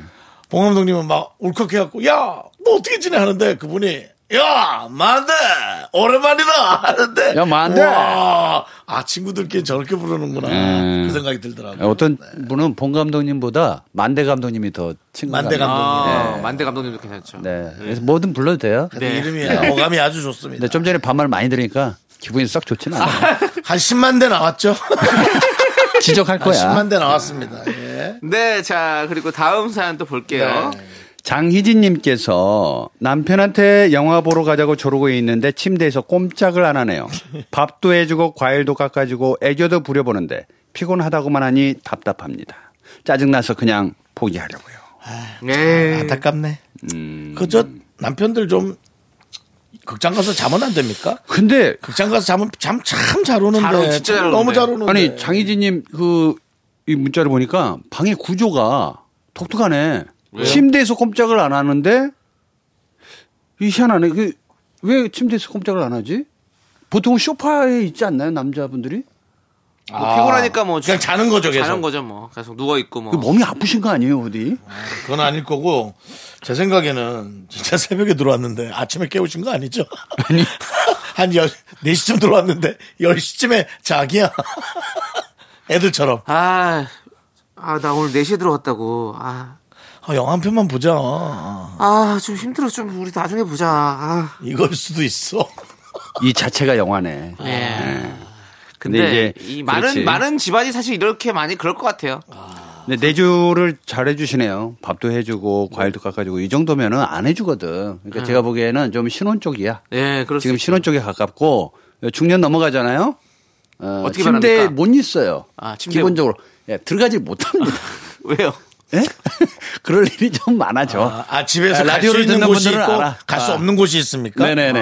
S1: 봉 감독님은 막 울컥해갖고, 야, 너 어떻게 지내? 하는데 그분이, 야, 만대! 오랜만이다! 하는데.
S5: 야, 만대!
S1: 와, 아, 친구들끼리 저렇게 부르는구나.
S5: 음.
S1: 그 생각이 들더라고요.
S5: 어떤 분은 봉 감독님보다 만대 감독님이 더 친구
S1: 만대 감독님.
S7: 아, 만대 감독님도 괜찮죠.
S5: 네. 그래서 뭐든 불러도 돼요.
S1: 그
S2: 네.
S1: 이름이
S5: 네.
S1: 어감이 아주 좋습니다.
S5: 근데 좀 전에 반말 많이 들으니까 기분이 썩 좋지는 않아요.
S1: 한 10만 대 나왔죠?
S5: 지적할
S1: 한
S5: 거야.
S1: 10만 대 나왔습니다. 예.
S7: 네, 자 그리고 다음 사연 또 볼게요.
S5: 장희진님께서 남편한테 영화 보러 가자고 조르고 있는데 침대에서 꼼짝을 안 하네요. 밥도 해주고 과일도 깎아주고 애교도 부려보는데 피곤하다고만 하니 답답합니다. 짜증나서 그냥 포기하려고요. 아,
S2: 네.
S1: 안타깝네.
S5: 음.
S1: 그저 남편들 좀 극장 가서 자면 안 됩니까?
S5: 근데
S1: 극장 가서 자면 잠 참 잘 오는데
S2: 잘 오- 진짜
S1: 참
S2: 잘 오는데.
S1: 너무 잘 오는데
S5: 아니 장희진님 그 이 문자를 보니까 방의 구조가 독특하네. 침대에서 꼼짝을 안 하는데 이 희한하네. 그 왜 침대에서 꼼짝을 안 하지? 보통은 쇼파에 있지 않나요 남자분들이?
S2: 뭐 피곤하니까 뭐
S1: 그냥 자는 거죠 계속
S2: 자는 거죠 뭐 계속 누워 있고 뭐.
S5: 그 몸이 아프신 거 아니에요 어디?
S1: 그건 아닐 거고 제 생각에는 진짜 새벽에 들어왔는데 아침에 깨우신 거 아니죠? 아니 한 10, 4시쯤 들어왔는데 10시쯤에 자기야 애들처럼
S2: 아, 아, 나 오늘 4시에 들어갔다고. 아,
S1: 아, 영화 한 편만 보자
S2: 아, 좀 힘들어. 좀 우리 나중에 보자. 아.
S1: 이걸 수도 있어
S5: 이 자체가 영화네. 아.
S2: 네.
S5: 근데
S2: 근데,
S5: 이제
S2: 이 많은
S5: 그렇지.
S2: 많은 집안이 사실 이렇게 많이 그럴 것 같아요.
S5: 근데 내조를 잘 해주시네요. 밥도 해주고 과일도 깎아주고 이 정도면은 안 해주거든.
S2: 아.
S5: 그러니까 제가 보기에는 좀 신혼 쪽이야.
S2: 네, 그렇습니다.
S5: 지금 신혼 쪽에 가깝고 중년 넘어가잖아요. 어,
S2: 어떻게
S5: 침대에
S2: 바랍니까?
S5: 못 있어요.
S2: 아, 침대에
S5: 기본적으로 예, 들어가지 못합니다.
S2: 왜요?
S5: 예? 그럴 일이 좀 많아져.
S1: 아, 아, 집에서
S5: 아,
S1: 갈 수
S5: 라디오를
S1: 있는
S5: 듣는
S1: 곳이
S5: 분들은
S1: 있고
S5: 알아.
S1: 갈 수
S5: 아.
S1: 없는 곳이 있습니까?
S5: 네네네.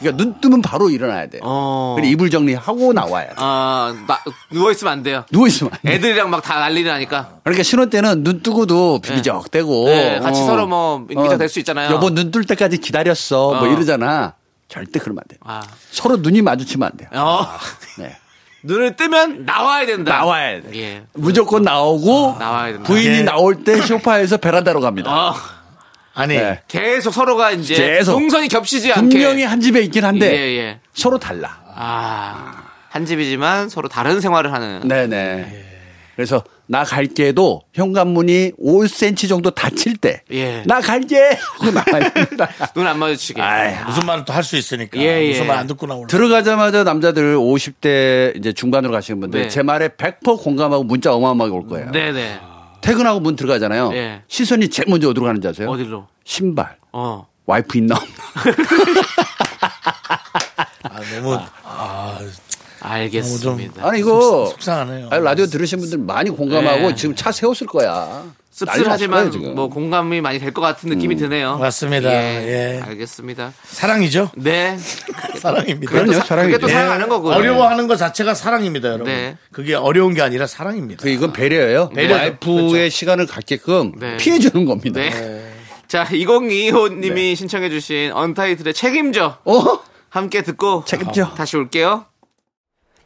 S5: 그러니까 눈 뜨면 바로 일어나야 돼.
S2: 아. 어.
S5: 요 그리고 이불 정리하고 나와야 돼.
S2: 아, 나, 누워 있으면 안 돼요.
S5: 누워 있으면 안 돼.
S2: 애들이랑 막 다 난리를 하니까.
S5: 그러니까 신혼 때는 눈 뜨고도 비기적대고 어.
S2: 네, 같이 서로 뭐 인기가 될수 있잖아요.
S5: 여보 눈 뜰 때까지 기다렸어.
S2: 어.
S5: 뭐 이러잖아. 절대 그러면 안 돼.
S2: 아.
S5: 서로 눈이 마주치면 안 돼요.
S2: 어.
S5: 네.
S2: 눈을 뜨면 나와야 된다.
S5: 나와야 돼.
S2: 예.
S5: 무조건 나오고
S2: 나와야 된다.
S5: 부인이
S1: 예.
S5: 나올 때 소파에서 베란다로 갑니다.
S2: 어.
S1: 아니
S5: 네.
S2: 계속 서로가 이제
S5: 계속.
S2: 동선이 겹치지 않게
S5: 분명히 한 집에 있긴 한데
S2: 예, 예.
S5: 서로 달라.
S2: 아. 한 집이지만 서로 다른 생활을 하는
S5: 네네.
S2: 예.
S5: 그래서 나 갈게도 현관문이 5cm 정도 닫힐 때.
S2: 예.
S5: 나 갈게! 하고 나와야 된다.
S2: 눈 안 마주치게.
S5: 아이,
S1: 무슨 말을 또 할 수 있으니까
S2: 예, 예.
S1: 무슨 말 안 듣고 나오려
S5: 들어가자마자 남자들 50대 이제 중반으로 가시는 분들
S2: 네.
S5: 제 말에 100% 공감하고 문자 어마어마하게 올 거예요.
S2: 네네.
S5: 퇴근하고 문 들어가잖아요.
S2: 예.
S5: 시선이 제일 먼저 어디로 가는지 아세요?
S2: 어디로?
S5: 신발.
S2: 어.
S5: 와이프 있나 없나.
S1: 아, 너무 아, 어,
S2: 네. 알겠습니다.
S5: 아니 이거
S1: 속- 속상하네요.
S5: 아니, 라디오 들으신 분들 많이 공감하고
S2: 네.
S5: 지금 차 세웠을 거야. 난리
S2: 씁쓸하지만
S5: 났을 거예요, 지금. 음.
S2: 뭐 공감이 많이 될 것 같은 느낌이 드네요.
S1: 맞습니다. 예.
S2: 알겠습니다.
S1: 사랑이죠?
S2: 네.
S1: 사랑입니다.
S5: 예. 그럼요,
S2: 사-
S5: 사랑이죠. 예.
S2: 그게 또 사랑하는 거고요.
S1: 네. 어려워하는 것 자체가 사랑입니다, 여러분.
S2: 네.
S1: 그게 어려운 게 아니라 사랑입니다.
S5: 그 이건 배려예요.
S2: 배려죠. 그렇죠.
S5: 와이프의 시간을 갖게끔
S2: 네.
S5: 피해 주는 겁니다.
S2: 네. 자, 2025님이 신청해주신 언타이틀의 책임져
S5: 네. 어?
S2: 함께 듣고
S5: 책임져.
S2: 다시 올게요.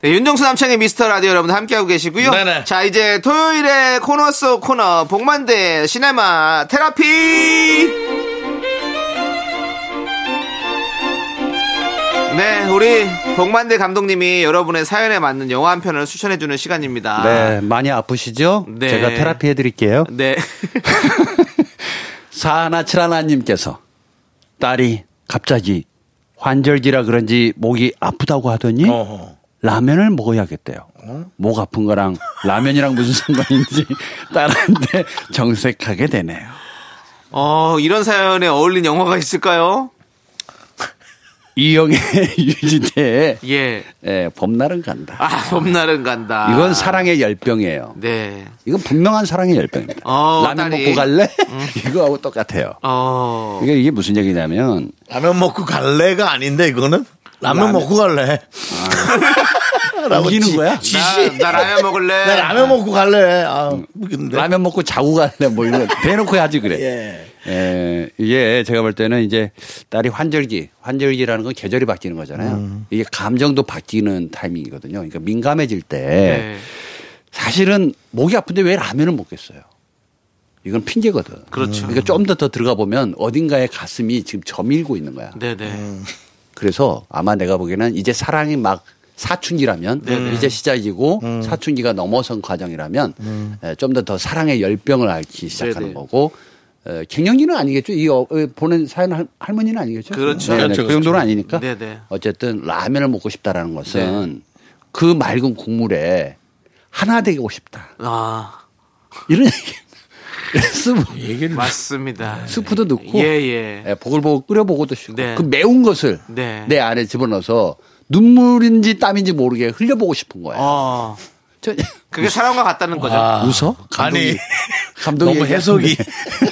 S2: 네, 윤정수 남창의 미스터 라디오 여러분 함께하고 계시고요.
S1: 네네.
S2: 자, 이제 토요일에 코너 속 코너 복만대 시네마 테라피. 네, 우리 복만대 감독님이 여러분의 사연에 맞는 영화 한 편을 추천해주는 시간입니다.
S5: 네, 많이 아프시죠?
S2: 네.
S5: 제가 테라피 해드릴게요.
S2: 네.
S5: 사나칠하나님께서 딸이 갑자기 환절기라 그런지 목이 아프다고 하더니
S1: 어허.
S5: 라면을 먹어야겠대요. 목 아픈 거랑 라면이랑 무슨 상관인지 딸한테 정색하게 되네요.
S2: 어, 이런 사연에 어울린 영화가 있을까요?
S5: 이영애 유지태의
S2: 예.
S5: 예, 봄날은 간다.
S2: 아, 봄날은 간다.
S1: 아.
S5: 이건 사랑의 열병이에요.
S2: 네.
S5: 이건 분명한 사랑의 열병입니다.
S1: 아,
S2: 어,
S5: 라면
S2: 딸이.
S5: 먹고 갈래?
S1: 음.
S5: 이거하고 똑같아요.
S2: 어.
S5: 이게, 이게 무슨 얘기냐면
S1: 라면 먹고 갈래가 아닌데 이거는 라면, 먹고 갈래. 아, 라고
S5: 이기는
S1: 지-
S5: 거야?
S1: 지시.
S2: 나, 나 라면 먹을래.
S1: 나 라면 먹고 갈래. 아, 근데
S5: 라면 먹고 자고 갈래 뭐 이런 거 대놓고 하지 그래.
S1: 예.
S5: 예, 이게 제가 볼 때는 이제 딸이 환절기, 환절기라는 건 계절이 바뀌는 거잖아요.
S1: 음.
S5: 이게 감정도 바뀌는 타이밍이거든요. 그러니까 민감해질 때
S2: 네.
S5: 사실은 목이 아픈데 왜 라면을 먹겠어요? 이건 핑계거든.
S2: 그렇죠.
S5: 그러니까 좀 더 더 들어가 보면 어딘가에 가슴이 지금 저밀고 있는 거야.
S2: 네네.
S1: 음.
S5: 그래서 아마 내가 보기에는 이제 사랑이 막 사춘기라면 이제 시작이고
S2: 음.
S5: 사춘기가 넘어선 과정이라면 예, 좀 더 더 사랑의 열병을 앓기 시작하는
S2: 네네.
S5: 거고 에, 갱년기는 아니겠죠. 이 어, 어, 보낸 사연 할, 할머니는 아니겠죠.
S2: 그렇죠.
S5: 네네.
S1: 그렇죠,
S5: 그 정도는 아니니까.
S2: 네네. 네.
S5: 어쨌든 라면을 먹고 싶다라는 것은 그 맑은 국물에 하나 되고 싶다.
S2: 아.
S5: 이런 얘기. 뭐 스프,
S1: 얘기를
S2: 맞습니다.
S5: 스프도 넣고
S2: 예, 예.
S5: 예, 보글보글 끓여보고 드시고
S2: 네.
S5: 그 매운 것을
S2: 네.
S5: 내 안에 집어넣어서 눈물인지 땀인지 모르게 흘려보고 싶은 거예요.
S2: 어.
S5: 저,
S2: 그게 사랑과 같다는 거죠.
S1: 아,
S2: 네.
S5: 웃어?
S1: 아니
S5: 감독이
S1: 너무
S5: 얘기하는데.
S1: 해석이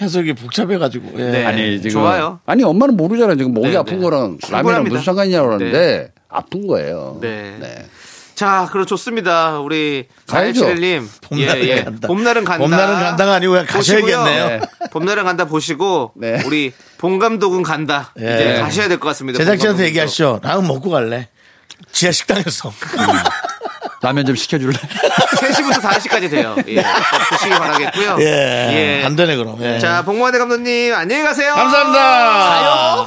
S1: 해석이 복잡해가지고 예.
S2: 네.
S5: 아니 지금
S2: 좋아요.
S5: 아니 엄마는 모르잖아요. 지금 목이
S2: 네,
S5: 아픈
S2: 네.
S5: 거랑
S2: 충분합니다.
S5: 라면이랑 무슨 상관이냐고 그러는데 아픈 거예요.
S2: 네. 자, 그럼 좋습니다. 우리
S5: 가야죠.
S2: 41님.
S1: 봄날은
S2: 예,
S1: 간다.
S2: 봄날은 간다.
S1: 봄날은 간다가 아니고 그냥
S2: 보시고요.
S1: 가셔야겠네요.
S2: 네. 봄날은 간다 보시고
S5: 네.
S2: 우리 봉 감독은 간다.
S1: 예.
S2: 이제 가셔야 될 것 같습니다. 봉 감독도.
S1: 제작진한테 얘기하시죠. 나는 먹고 갈래. 지하 식당에서.
S5: 라면 좀 시켜줄래?
S2: 3시부터 5시까지 돼요. 예. 보시기 바라겠고요.
S1: 예. 안 되네 그럼. 예.
S2: 자, 봉무한대 감독님 안녕히 가세요.
S1: 감사합니다.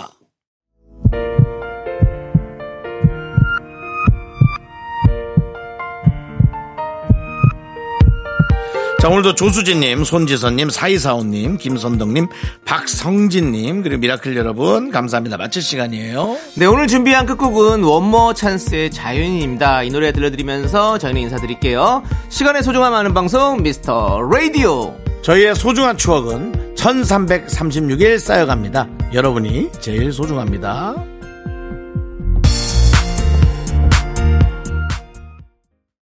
S1: 자, 오늘도 조수진님, 손지선님, 사이사오님, 김선덕님, 박성진님, 그리고 미라클 여러분, 감사합니다. 마칠 시간이에요.
S2: 네, 오늘 준비한 끝곡은 원머 찬스의 자연인입니다. 이 노래 들려드리면서 저희는 인사드릴게요. 시간의 소중함 아는 방송 미스터 라디오.
S1: 저희의 소중한 추억은 1336일 쌓여갑니다. 여러분이 제일 소중합니다.